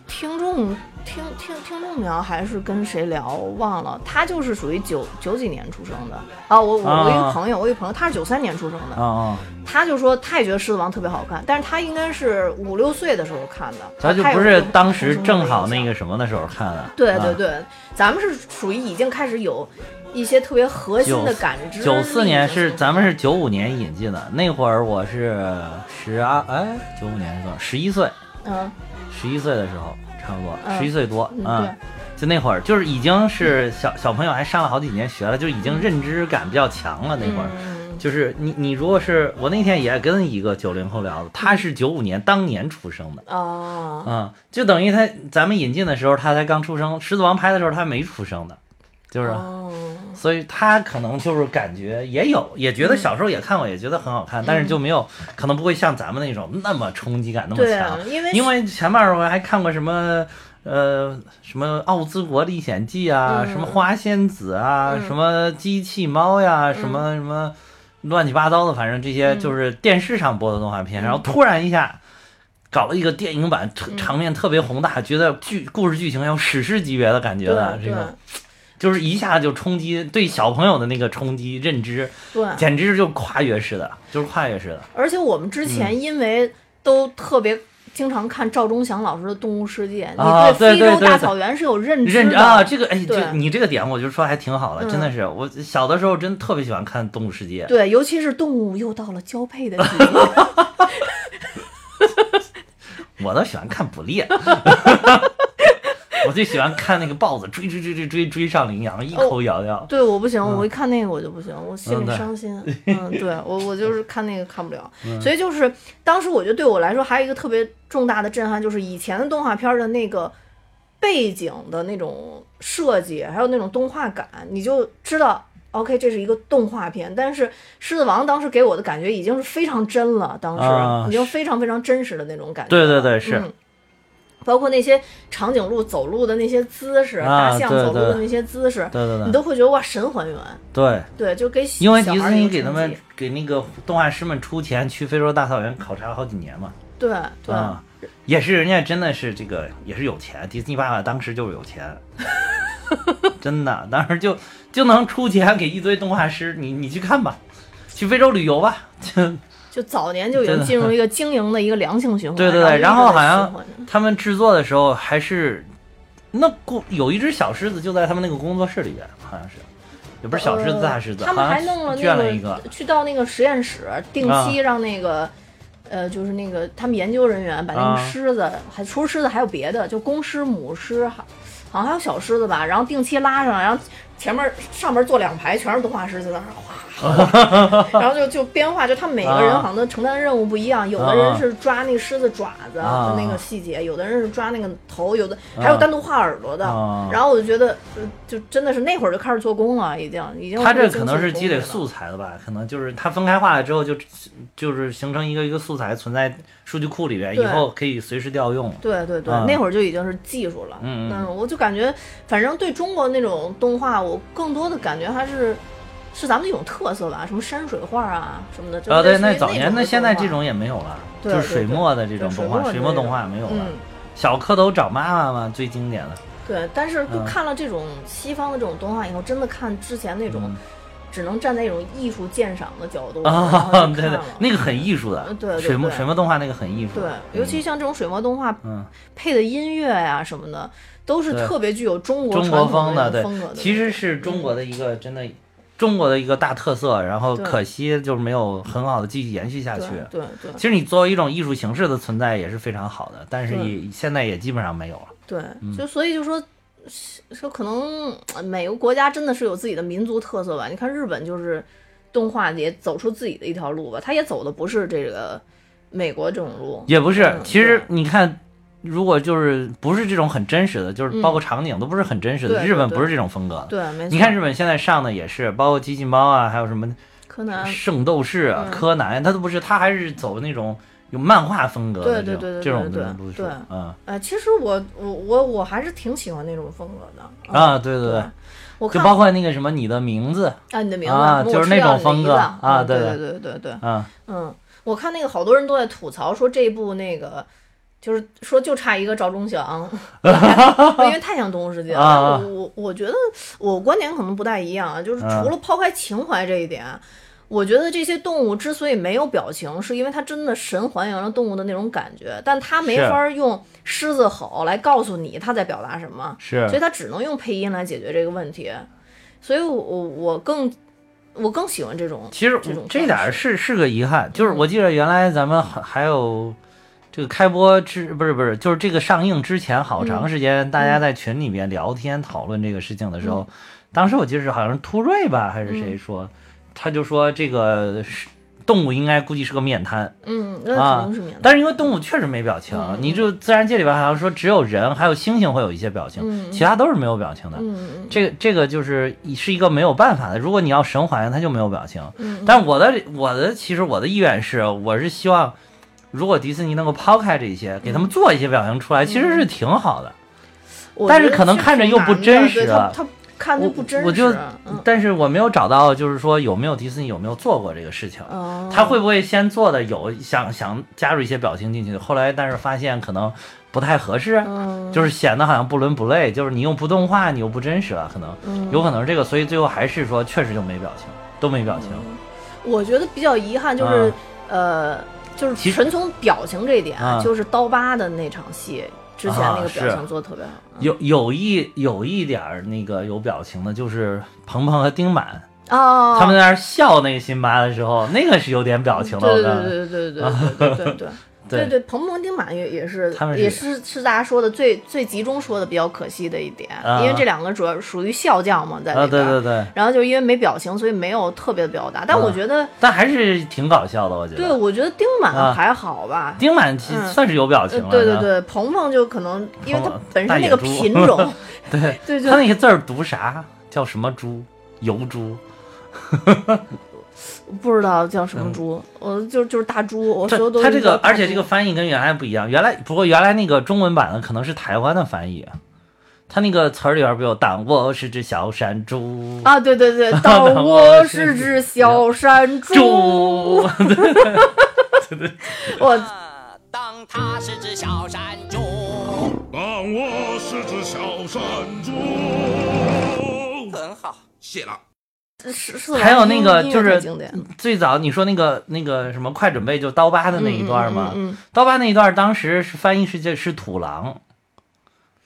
Speaker 2: 听众。听听听众聊还是跟谁聊忘了，他就是属于九九几年出生的啊，我我我一个
Speaker 1: 啊
Speaker 2: 朋友，我一个朋友，他是九三年出生的，
Speaker 1: 啊啊！
Speaker 2: 他就说他也觉得《狮子王》特别好看，但是他应该是五六岁的时候看的，
Speaker 1: 咱就
Speaker 2: 他
Speaker 1: 不
Speaker 2: 有这
Speaker 1: 是
Speaker 2: 种
Speaker 1: 当时正好那
Speaker 2: 童
Speaker 1: 个什么的时候看的，
Speaker 2: 真的印象。对对
Speaker 1: 啊，
Speaker 2: 对，咱们是属于已经开始有一些特别核心的感知力。
Speaker 1: 九四年是
Speaker 2: 已经
Speaker 1: 咱们是九五年引进的，那会儿我是十二哎，九五年是多少？十一岁，
Speaker 2: 嗯
Speaker 1: 十一岁的时候差不多，
Speaker 2: 嗯
Speaker 1: 十一岁多，
Speaker 2: 嗯
Speaker 1: 嗯
Speaker 2: 对，
Speaker 1: 就那会儿就是已经是小小朋友，还上了好几年学了，就已经认知感比较强了。那会儿
Speaker 2: 嗯
Speaker 1: 就是你你如果是我那天也跟一个九零后聊的，他
Speaker 2: 嗯
Speaker 1: 是九五年当年出生的。
Speaker 2: 啊
Speaker 1: 嗯，就等于他咱们引进的时候，他才刚出生，《狮子王》拍的时候他没出生的，就是，
Speaker 2: 哦
Speaker 1: 所以他可能就是感觉也有，也觉得
Speaker 2: 嗯
Speaker 1: 小时候也看过，也觉得很好看，但是就没有，可能不会像咱们那种那么冲击感那么
Speaker 2: 对啊
Speaker 1: 强，，
Speaker 2: 因为
Speaker 1: 因为前面我还看过什么。呃，什么《奥兹国历险记》啊，
Speaker 2: 嗯
Speaker 1: 什么《花仙子》啊，
Speaker 2: 嗯
Speaker 1: 什么《机器猫》呀，什么什么乱七八糟的，反正这
Speaker 2: 嗯
Speaker 1: 些就是电视上播的动画片，然后突然一下搞了一个电影版，
Speaker 2: 嗯
Speaker 1: 特场面特别宏大，觉得剧故事剧情有史诗级别的感觉
Speaker 2: 对
Speaker 1: 的，这
Speaker 2: 对
Speaker 1: 个就是一下就冲击对小朋友的那个冲击认知，
Speaker 2: 对，
Speaker 1: 简直就是跨越式的，就是跨越式的。
Speaker 2: 而且我们之
Speaker 1: 嗯
Speaker 2: 前因为都特别经常看赵忠祥老师的《动物世界》，
Speaker 1: 啊
Speaker 2: 你对非
Speaker 1: 对对
Speaker 2: 洲
Speaker 1: 对
Speaker 2: 大
Speaker 1: 对
Speaker 2: 草原是有认知
Speaker 1: 认
Speaker 2: 的
Speaker 1: 啊，这个哎，
Speaker 2: 对
Speaker 1: 这你这个点，我就说还挺好的，
Speaker 2: 嗯
Speaker 1: 真的是。我小的时候真特别喜欢看《动物世界》，
Speaker 2: 对，尤其是动物又到了交配的季 节，
Speaker 1: 我倒喜欢看捕猎， 我最喜欢看那个豹子追追追追追追上羚羊，一
Speaker 2: 哦
Speaker 1: 口咬掉。
Speaker 2: 对，我不行，我一看那个我就不行，我心
Speaker 1: 嗯
Speaker 2: 里
Speaker 1: 对
Speaker 2: 伤心。嗯，对我我就是看那个看不 了，
Speaker 1: 嗯
Speaker 2: 所以就是当时我觉得对我来说还有一个特别重大的震撼，就是以前的动画片的那个背景的那种设计，还有那种动画感，你就知道。OK，这是一个动画片，但是《狮子王》当时给我的感觉已经是非常真了，当时、
Speaker 1: 啊
Speaker 2: 已经非常非常真实的那种感觉
Speaker 1: 对
Speaker 2: 了。
Speaker 1: 对对，是，
Speaker 2: 嗯包括那些长颈鹿走路的那些姿势，
Speaker 1: 啊
Speaker 2: 大象
Speaker 1: 对
Speaker 2: 走路的
Speaker 1: 对
Speaker 2: 那些姿势，
Speaker 1: 对对
Speaker 2: 你
Speaker 1: 对
Speaker 2: 都会觉得哇，神还原。
Speaker 1: 对，
Speaker 2: 对，就给
Speaker 1: 因为
Speaker 2: 小
Speaker 1: 迪
Speaker 2: 孩
Speaker 1: 士
Speaker 2: 儿一
Speaker 1: 尼
Speaker 2: 个
Speaker 1: 给他
Speaker 2: 冲
Speaker 1: 们
Speaker 2: 击
Speaker 1: 给那个动画师们出钱去非洲大草原考察好几年嘛，
Speaker 2: 对对、
Speaker 1: 啊，也是人家真的是这个也是有钱，迪士尼爸爸当时就是有钱， 真的，当时就就能出钱给一堆动画师，你你去看吧，去非洲旅游吧，
Speaker 2: 就早年就已
Speaker 1: 对
Speaker 2: 经
Speaker 1: 的
Speaker 2: 进入一个经营的一个良性循环。
Speaker 1: 对对对，然
Speaker 2: 然
Speaker 1: 后
Speaker 2: 一直
Speaker 1: 好
Speaker 2: 在
Speaker 1: 像
Speaker 2: 循环着
Speaker 1: 他们制作的时候还是那故有一只小狮子就在他们那个工作室里边，好像是，也不是小狮子
Speaker 2: 呃
Speaker 1: 大狮子，
Speaker 2: 他们
Speaker 1: 好
Speaker 2: 还
Speaker 1: 像
Speaker 2: 弄了
Speaker 1: 卷
Speaker 2: 那
Speaker 1: 了一个，啊
Speaker 2: 去到那个实验室，定期让那个、呃，就是那个他们研究人员把那个
Speaker 1: 啊
Speaker 2: 狮子，还除了狮子还有别的，就公狮、母狮，好好像还有小狮子吧，然后定期拉上，然后前面上面坐两排全是动画师，在那儿 哗，然后就就编画，就他们每个人
Speaker 1: 啊
Speaker 2: 好像都承担的任务不一样，有的
Speaker 1: 啊
Speaker 2: 人
Speaker 1: 啊
Speaker 2: 是抓那狮子爪子
Speaker 1: 啊
Speaker 2: 就那个细节，有的人是抓那个头，有的还有单独画耳朵的，
Speaker 1: 啊
Speaker 2: 然后我就觉得呃就真的是那会儿就开始做工了，已经已经。
Speaker 1: 他这可能是积累素材的吧，可能就是他分开化了之后就就是形成一个一个素材存在数据库里边，以
Speaker 2: 对
Speaker 1: 后可以随时调用。
Speaker 2: 对对对，
Speaker 1: 啊
Speaker 2: 那会儿就已经是技术了。
Speaker 1: 嗯嗯
Speaker 2: 但是我就感觉，反正对中国那种动画，我更多的感觉还是是咱们一种特色吧，什么山水画啊什么的。就
Speaker 1: 啊，
Speaker 2: 类似
Speaker 1: 对，
Speaker 2: 于
Speaker 1: 那
Speaker 2: 那
Speaker 1: 早年
Speaker 2: 那
Speaker 1: 那现在这种也没有了，
Speaker 2: 对
Speaker 1: 就是水墨的这
Speaker 2: 这
Speaker 1: 种动画，水墨动画没有了
Speaker 2: 嗯。，
Speaker 1: 小蝌蚪找妈妈嘛，最经典的。
Speaker 2: 对。但是就
Speaker 1: 嗯
Speaker 2: 看了这种西方的这种动画以后，真的看之前那种
Speaker 1: 嗯
Speaker 2: 只能站在一种艺术鉴赏的角度然后
Speaker 1: 啊，
Speaker 2: 去
Speaker 1: 对
Speaker 2: 看
Speaker 1: 对
Speaker 2: 了，
Speaker 1: 那个很艺术的
Speaker 2: 嗯，对对
Speaker 1: 水墨
Speaker 2: 对
Speaker 1: 水墨动画那个很艺术
Speaker 2: 对
Speaker 1: 嗯的，，
Speaker 2: 尤其像这种水墨动画
Speaker 1: 嗯，
Speaker 2: 配的音乐呀、什么的，都是
Speaker 1: 对
Speaker 2: 特别具有中国
Speaker 1: 中国
Speaker 2: 传统
Speaker 1: 风的
Speaker 2: 那
Speaker 1: 对
Speaker 2: 种风格的。，
Speaker 1: 其实是中国的一个真的中国的一个大特色，然后
Speaker 2: 对
Speaker 1: 可惜就是没有很好的继续延续下去
Speaker 2: 对。对对
Speaker 1: 其实你作为一种艺术形式的存在也是非常好的，但是
Speaker 2: 对
Speaker 1: 也现在也基本上没有了。
Speaker 2: 对，
Speaker 1: 嗯
Speaker 2: 就所以就说。说可能呃每个国家真的是有自己的民族特色吧。你看日本就是动画也走出自己的一条路吧，他也走的不是这个美国这种路。
Speaker 1: 也不是
Speaker 2: 嗯，
Speaker 1: 其实
Speaker 2: 对
Speaker 1: 你看，如果就是不是这种很真实的，就是包括场景都不是很真实的，
Speaker 2: 嗯对
Speaker 1: 日本
Speaker 2: 对
Speaker 1: 不是这种风格的。
Speaker 2: 对，没错。
Speaker 1: 你看日本现在上的也是，包括机器猫啊，还有什么
Speaker 2: 柯南，
Speaker 1: 圣斗士啊、
Speaker 2: 嗯
Speaker 1: 柯南，他都不是，他还是走那种有漫画风格的
Speaker 2: 对对
Speaker 1: 这种
Speaker 2: 对对
Speaker 1: 这种
Speaker 2: 对
Speaker 1: 的路
Speaker 2: 对
Speaker 1: 数，嗯
Speaker 2: 呃，其实我我我我还是挺喜欢那种风格的。嗯
Speaker 1: 啊，对对
Speaker 2: 对
Speaker 1: 对，
Speaker 2: 我
Speaker 1: 就
Speaker 2: 看
Speaker 1: 包括那个什么你的名字
Speaker 2: 啊，你的名字
Speaker 1: 啊
Speaker 2: 我
Speaker 1: 就是
Speaker 2: 吃
Speaker 1: 那
Speaker 2: 掉
Speaker 1: 种
Speaker 2: 你的
Speaker 1: 风
Speaker 2: 胰
Speaker 1: 格
Speaker 2: 脏
Speaker 1: 啊
Speaker 2: 嗯对对
Speaker 1: 对
Speaker 2: 对对对，
Speaker 1: 啊，
Speaker 2: 嗯，我看那个好多人都在吐槽说这部那个。就是说，就差一个赵忠祥， 我因为太像《动物世界》
Speaker 1: 啊
Speaker 2: 了。但是我我觉得我观点可能不太一样，啊，就是
Speaker 1: 啊
Speaker 2: 除了抛开情怀这一点，我觉得这些动物之所以没有表情，是因为它真的神还原了动物的那种感觉，但它没
Speaker 1: 是
Speaker 2: 法用狮子吼来告诉你它在表达什么。所以
Speaker 1: 是
Speaker 2: 他只能用配音来解决这个问题。所以我我我更我更喜欢这种，
Speaker 1: 其实
Speaker 2: 这种
Speaker 1: 这
Speaker 2: 方嗯
Speaker 1: 点儿是是个遗憾，就是我记得原来咱们还还有。这个开播之不是不是，就是这个上映之前好
Speaker 2: 嗯
Speaker 1: 长时间，大家在群里面聊天讨论这个事情的时候，
Speaker 2: 嗯
Speaker 1: 当时我记得是好像是突瑞吧还是谁说，他就说这个是动物应该估计是个面瘫，
Speaker 2: 嗯，那
Speaker 1: 啊
Speaker 2: 肯定是免的。
Speaker 1: 但是因为动物确实没表情，
Speaker 2: 嗯嗯
Speaker 1: 你就自然界里边好像说只有人还有猩猩会有一些表情，
Speaker 2: 嗯嗯
Speaker 1: 其他都是没有表情的。
Speaker 2: 嗯嗯
Speaker 1: 这个这个就是是一个没有办法的，如果你要神还原，它就没有表情。
Speaker 2: 嗯
Speaker 1: 但我的我的其实我的意愿是，我是希望如果迪士尼能够抛开这些，给他
Speaker 2: 嗯
Speaker 1: 们做一些表情出来，其实是挺好的。
Speaker 2: 我
Speaker 1: 但
Speaker 2: 觉
Speaker 1: 是
Speaker 2: 得
Speaker 1: 可能
Speaker 2: 确
Speaker 1: 看着
Speaker 2: 实
Speaker 1: 又不
Speaker 2: 难的
Speaker 1: 真实
Speaker 2: 对
Speaker 1: 啊
Speaker 2: 他他看着
Speaker 1: 我
Speaker 2: 不真实。
Speaker 1: 我就
Speaker 2: 嗯，
Speaker 1: 但是我没有找到，就是说有没有迪士尼有没有做过这个事情，
Speaker 2: 哦
Speaker 1: 他会不会先做的有想想加入一些表情进去，后来但是发现可能不太合适，
Speaker 2: 嗯
Speaker 1: 就是显得好像不伦不类，就是你又不动画，你又不真实了，可能、
Speaker 2: 嗯
Speaker 1: 有可能是这个，所以最后还是说确实就没表情，都没表情。
Speaker 2: 嗯我觉得比较遗憾就是
Speaker 1: 啊，
Speaker 2: 呃，就
Speaker 1: 其
Speaker 2: 是
Speaker 1: 实
Speaker 2: 纯从表情这一点
Speaker 1: 啊，
Speaker 2: 就是刀疤的那场戏之前那
Speaker 1: 啊
Speaker 2: 个
Speaker 1: 是
Speaker 2: 表情做的特别好。
Speaker 1: 有有一有一点儿那个有表情的，就是鹏鹏和丁满、
Speaker 2: 哦，
Speaker 1: 他们在那儿笑那个辛巴的时候，那个是有点表情的，
Speaker 2: 对
Speaker 1: 我看
Speaker 2: 对对对对对对对 对。对
Speaker 1: 对
Speaker 2: 对，彭彭丁满也也是
Speaker 1: 他们，是
Speaker 2: 也是是大家说的最最集中说的比较可惜的一点，
Speaker 1: 啊
Speaker 2: 因为这两个主要属于笑匠嘛，在
Speaker 1: 啊，
Speaker 2: 里边
Speaker 1: 对啊
Speaker 2: 儿。
Speaker 1: 对对，
Speaker 2: 然后就因为没表情，所以没有特别的表达。但我觉得，
Speaker 1: 但还是挺搞笑的，我觉
Speaker 2: 对
Speaker 1: 得。
Speaker 2: 我觉得丁
Speaker 1: 啊
Speaker 2: 满还好吧，
Speaker 1: 丁满其
Speaker 2: 嗯
Speaker 1: 算是有表情
Speaker 2: 呃
Speaker 1: 了，
Speaker 2: 对对对，鹏鹏就可能因为他本身那个
Speaker 1: 啊大野猪
Speaker 2: 品 种，
Speaker 1: 对对，
Speaker 2: 对
Speaker 1: 他
Speaker 2: 对，
Speaker 1: 那个字儿读啥？叫什么猪？油猪？
Speaker 2: 不知道叫什么猪，我就就是大猪，我所有都
Speaker 1: 对，嗯他这个，而且这个翻译跟原来不一样。原来不过原来那个中文版的可能是台湾的翻译，他那个词儿里边不有“当我是只小山猪”
Speaker 2: 啊，对对 对，到我是只小山猪，
Speaker 1: 猪，
Speaker 2: 我
Speaker 4: 当他是只小山猪，
Speaker 5: 当我是只小山猪。
Speaker 4: 很好。
Speaker 5: 谢了。
Speaker 2: 是是吧
Speaker 1: 还有那个
Speaker 2: 音乐
Speaker 1: 就是
Speaker 2: 太经典了
Speaker 1: 最早你说那个那个什么快准备就刀疤的那一段嘛，
Speaker 2: 嗯嗯嗯嗯
Speaker 1: 刀疤那一段当时是翻译是这是土狼，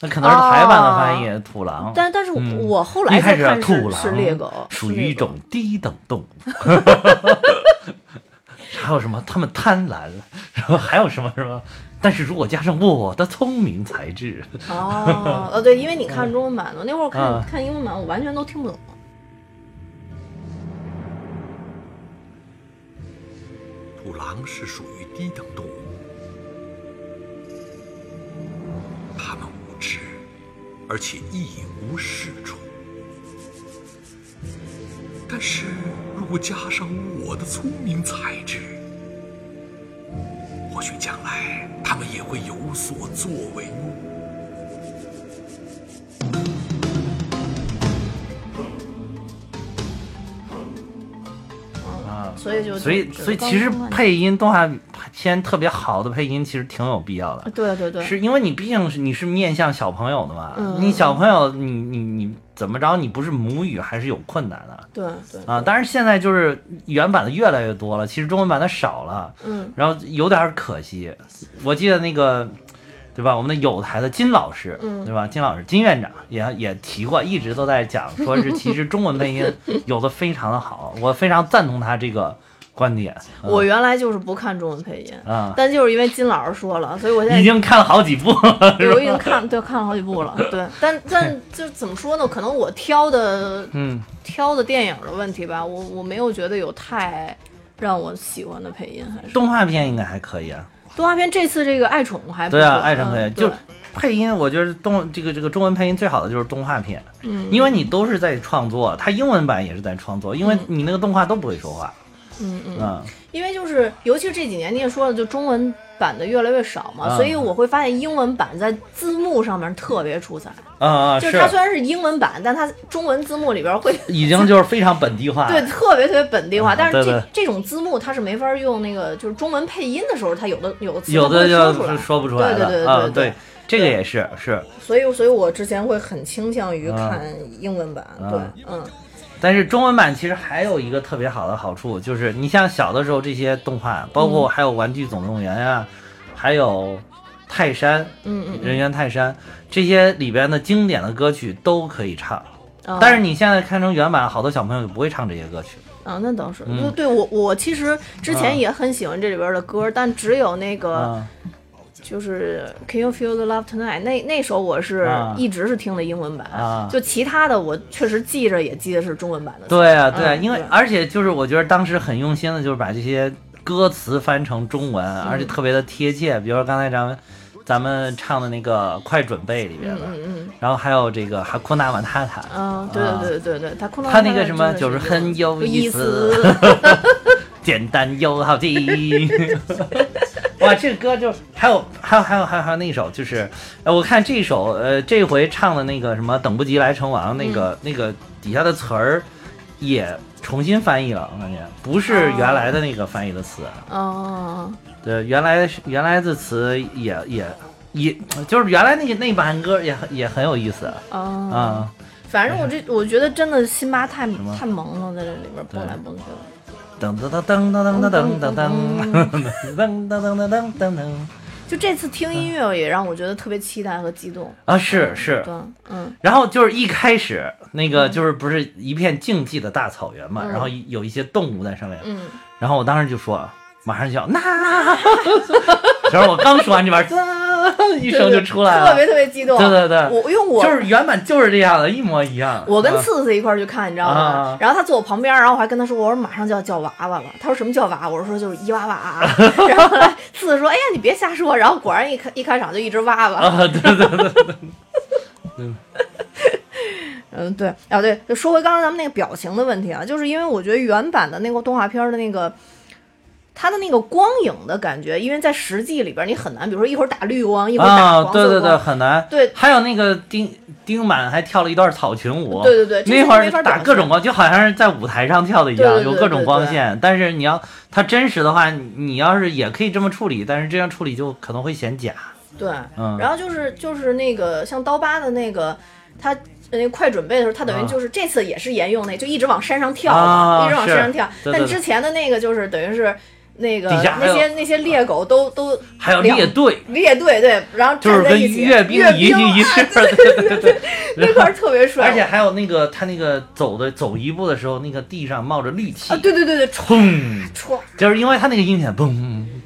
Speaker 1: 那可能是台湾的翻译、土狼，
Speaker 2: 哦但但是
Speaker 1: 嗯
Speaker 2: 我后
Speaker 1: 一
Speaker 2: 来
Speaker 1: 开
Speaker 2: 才
Speaker 1: 始
Speaker 2: 看
Speaker 1: 土
Speaker 2: 是
Speaker 1: 狼
Speaker 2: 是猎狗，
Speaker 1: 嗯属
Speaker 2: 是
Speaker 1: 于
Speaker 2: 猎
Speaker 1: 一
Speaker 2: 狗
Speaker 1: 种 低等动物。 还有什么？他们贪婪，然后还有什么什么？但是如果加上我的聪明才智，
Speaker 2: 哦，呃，对，因为你看中文版的，那会儿看、
Speaker 1: 啊
Speaker 2: 看英文版，我完全都听不懂。
Speaker 6: 土狼是属于低等动物，它们无知，而且一无是处。但是如果加上我的聪明才智，或许将来它们也会有所作为哦。
Speaker 2: 所以就
Speaker 1: 嗯所以
Speaker 2: 就
Speaker 1: 所以
Speaker 2: 刚
Speaker 1: 其实
Speaker 2: 刚看
Speaker 1: 配音动画片特别好的配音其实挺有必要的。
Speaker 2: 对对对，
Speaker 1: 是因为你毕竟是你是面向小朋友的嘛，
Speaker 2: 嗯
Speaker 1: 你小朋友你你你怎么着，你不是母语还是有困难的
Speaker 2: 对对，
Speaker 1: 啊。当然现在就是原版的越来越多了，其实中文版的少了，
Speaker 2: 嗯
Speaker 1: 然后有点可惜。我记得那个对吧，我们的有台的金老师，
Speaker 2: 嗯
Speaker 1: 对吧？金老师金院长也也提过，一直都在讲，说 是其实中文配音有的非常的好，我非常赞同他这个观点。嗯
Speaker 2: 我原来就是不看中文配音，
Speaker 1: 啊
Speaker 2: 但就是因为金老师说 了，所以我现在
Speaker 1: 已经看了好几部了，
Speaker 2: 对我已经看对看了好几部了，对，但但就怎么说呢？可能我挑的
Speaker 1: 嗯。
Speaker 2: 挑的电影的问题吧，我我没有觉得有太让我喜欢的配音，还是
Speaker 1: 动画片应该还可以啊，
Speaker 2: 动画片这次这个爱宠 还不
Speaker 1: 对啊，
Speaker 2: 错
Speaker 1: 爱上可以，
Speaker 2: 嗯
Speaker 1: 就
Speaker 2: 对
Speaker 1: 配音，我觉得动这个这个中文配音最好的就是动画片，嗯，因为你都是在创作，它英文版也是在创作，因为
Speaker 2: 嗯
Speaker 1: 你那个动画都不会说话，嗯嗯，
Speaker 2: 因为就是，尤其是这几年你也说了，就中文版的越来越少嘛，
Speaker 1: 嗯
Speaker 2: 所以我会发现英文版在字幕上面特别出彩。
Speaker 1: 啊啊，
Speaker 2: 嗯就是它虽然是英文版，但它中文字幕里边会
Speaker 1: 已经就是非常本地化，
Speaker 2: 对特别特别本地化。
Speaker 1: 哎嗯
Speaker 2: 但是
Speaker 1: 对
Speaker 2: 这
Speaker 1: 对
Speaker 2: 这种字幕它是没法用那个就是中文配音的时候，它有的有的词
Speaker 1: 有
Speaker 2: 它不
Speaker 1: 的
Speaker 2: 会
Speaker 1: 就
Speaker 2: 说
Speaker 1: 说不出来
Speaker 2: 对对
Speaker 1: 了，
Speaker 2: 对
Speaker 1: 啊，
Speaker 2: 对
Speaker 1: 对，这个也是是，
Speaker 2: 所以所以我之前会很倾向于
Speaker 1: 嗯
Speaker 2: 看英文版。对，嗯，
Speaker 1: 但是中文版其实还有一个特别好的好处，就是你像小的时候这些动画，包
Speaker 2: 嗯
Speaker 1: 括还有《玩具总动员》呀，还有泰山，
Speaker 2: 嗯嗯，
Speaker 1: 人猿泰山这些里边的经典的歌曲都可以唱。
Speaker 2: 啊
Speaker 1: 但是你现在看成原版，好多小朋友就不会唱这些歌曲。
Speaker 2: 啊，那倒是，
Speaker 1: 嗯
Speaker 2: 就对我我其实之前也很喜欢这里边的歌，
Speaker 1: 嗯
Speaker 2: 但只有那个。
Speaker 1: 啊，
Speaker 2: 就是 Can you feel the love tonight？那那首我是
Speaker 1: 啊
Speaker 2: 一直是听的英文版，
Speaker 1: 啊
Speaker 2: 就其他的我确实记着也记得是中文版的。
Speaker 1: 对啊，对啊，因为
Speaker 2: 嗯对
Speaker 1: 而且就是我觉得当时很用心的，就是把这些歌词翻成中文，
Speaker 2: 嗯
Speaker 1: 而且特别的贴切。比如说刚才咱们咱们唱的那个《快准备》里边的，然后还有这个还库纳瓦塔塔，
Speaker 2: 嗯，对
Speaker 1: 啊
Speaker 2: 对对对对，他空
Speaker 1: 他哦那个什么就是很
Speaker 2: 很
Speaker 1: 有
Speaker 2: 意
Speaker 1: 意思，简单又好记。哇，这歌就还有还有还有还有还有那首就是，呃，我看这首呃这回唱的那个什么等不及来成王那个、那个底下的词儿也重新翻译了，我感觉不是原来的那个翻译的词，啊
Speaker 2: 哦，
Speaker 1: 对，原来是原来的词也也也就是原来那个那版歌也很也很有意思啊、
Speaker 2: 哦，反正我这我觉得真的辛巴太太萌了，在这里边蹦来蹦去的。
Speaker 1: 噔噔噔噔噔噔噔噔噔噔噔噔噔噔噔噔
Speaker 2: 就这次听音乐也让我觉得特别期待和激动。
Speaker 1: 啊，是是，
Speaker 2: 对，嗯，
Speaker 1: 然后就是一开始那个就是不是一片静寂的大草原嘛，
Speaker 2: 嗯
Speaker 1: 然后一有一些动物在上面，
Speaker 2: 嗯
Speaker 1: 然后我当时就说，马上就要那，然后我刚说完这边，嗖一声就出来
Speaker 2: 特别
Speaker 1: 了，
Speaker 2: 特别激动。
Speaker 1: 对对对
Speaker 2: 我因为我
Speaker 1: 就是原版就是这样的，一模一样。
Speaker 2: 我跟
Speaker 1: 啊
Speaker 2: 次次一块儿去看，你知道吗？
Speaker 1: 啊
Speaker 2: 然后他坐我旁边，然后我还跟他说：“我说马上就要叫娃娃了。”他说：“什么叫娃？”我说：“就是伊娃娃啊。” 然后后来次次说：“哎呀，你别瞎说。”然后果然一开一开场就一只娃娃。
Speaker 1: 啊，对对对对，
Speaker 2: 嗯，对，啊对，就说回刚才咱们那个表情的问题啊，就是因为我觉得原版的那个动画片儿的那个。它的那个光影的感觉，因为在实际里边儿你很难，比如说一会儿打绿光，一会儿打
Speaker 1: 啊，
Speaker 2: 黄
Speaker 1: 对
Speaker 2: 色
Speaker 1: 对对，
Speaker 2: 光，
Speaker 1: 很难。
Speaker 2: 对
Speaker 1: 还有那个丁丁满还跳了一段草裙舞，
Speaker 2: 对对对这
Speaker 1: 那会
Speaker 2: 些没法
Speaker 1: 儿打
Speaker 2: 表
Speaker 1: 各种
Speaker 2: 现
Speaker 1: 光，就好像是在舞台上跳的一样，
Speaker 2: 对对对
Speaker 1: 有各种光线。但是你要它真实的话，你你要是也可以这么处理，但是这样处理就可能会显假。
Speaker 2: 对，
Speaker 1: 嗯
Speaker 2: 然后就是就是那个像刀疤的那个，他呃那快准备的时候，他等于
Speaker 1: 啊
Speaker 2: 就是这次也是沿用那，就一直往山上跳嘛，
Speaker 1: 啊
Speaker 2: 一直往
Speaker 1: 是
Speaker 2: 山上跳。
Speaker 1: 对对
Speaker 2: 但
Speaker 1: 对
Speaker 2: 之前的那个就是等于是那个
Speaker 1: 底下还
Speaker 2: 那
Speaker 1: 有
Speaker 2: 些那些猎狗都都
Speaker 1: 还有
Speaker 2: 两
Speaker 1: 列队，
Speaker 2: 列队对，然后
Speaker 1: 就是
Speaker 2: 站在
Speaker 1: 跟
Speaker 2: 一起啊
Speaker 1: 阅兵仪一式，对对对对。
Speaker 2: 那块儿特别帅，啊
Speaker 1: 而且还有那个他那个走的走一步的时候，那个地上冒着绿气，
Speaker 2: 啊对对对对，唰
Speaker 1: 砰，
Speaker 2: 唰，
Speaker 1: 就是因为他那个音响嘣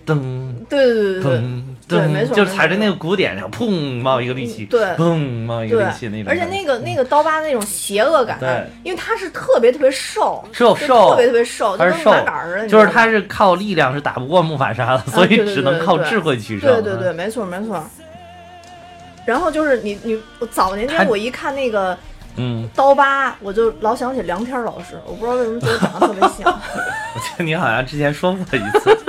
Speaker 1: 噔
Speaker 2: 对对对对对
Speaker 1: 噔
Speaker 2: 对没
Speaker 1: 噔，
Speaker 2: 错嗯
Speaker 1: 就是踩着那个鼓点上，砰冒一个力气，
Speaker 2: 对
Speaker 1: 砰冒一
Speaker 2: 对
Speaker 1: 个力气那种感觉。嗯
Speaker 2: 而且那个那个刀疤那种邪恶感，
Speaker 1: 对
Speaker 2: 因为他是特别特别瘦，
Speaker 1: 是有
Speaker 2: 就
Speaker 1: 瘦
Speaker 2: 特别特别瘦，就
Speaker 1: 他
Speaker 2: 跟
Speaker 1: 是瘦
Speaker 2: 麻杆儿似的，啊你，知
Speaker 1: 就
Speaker 2: 道
Speaker 1: 是
Speaker 2: 吗啊
Speaker 1: 他是靠力量是打不过木法沙的，所以
Speaker 2: 对对
Speaker 1: 只能
Speaker 2: 对
Speaker 1: 靠
Speaker 2: 对
Speaker 1: 智慧取胜。啊
Speaker 2: 对对对，没错没错。然后就是你你我早年
Speaker 1: 他
Speaker 2: 间我一看那个
Speaker 1: 嗯，
Speaker 2: 刀疤，我就老想起梁天老师，我不知道为什么觉得长得特别 像。
Speaker 1: 我记得你好像之前说过一次。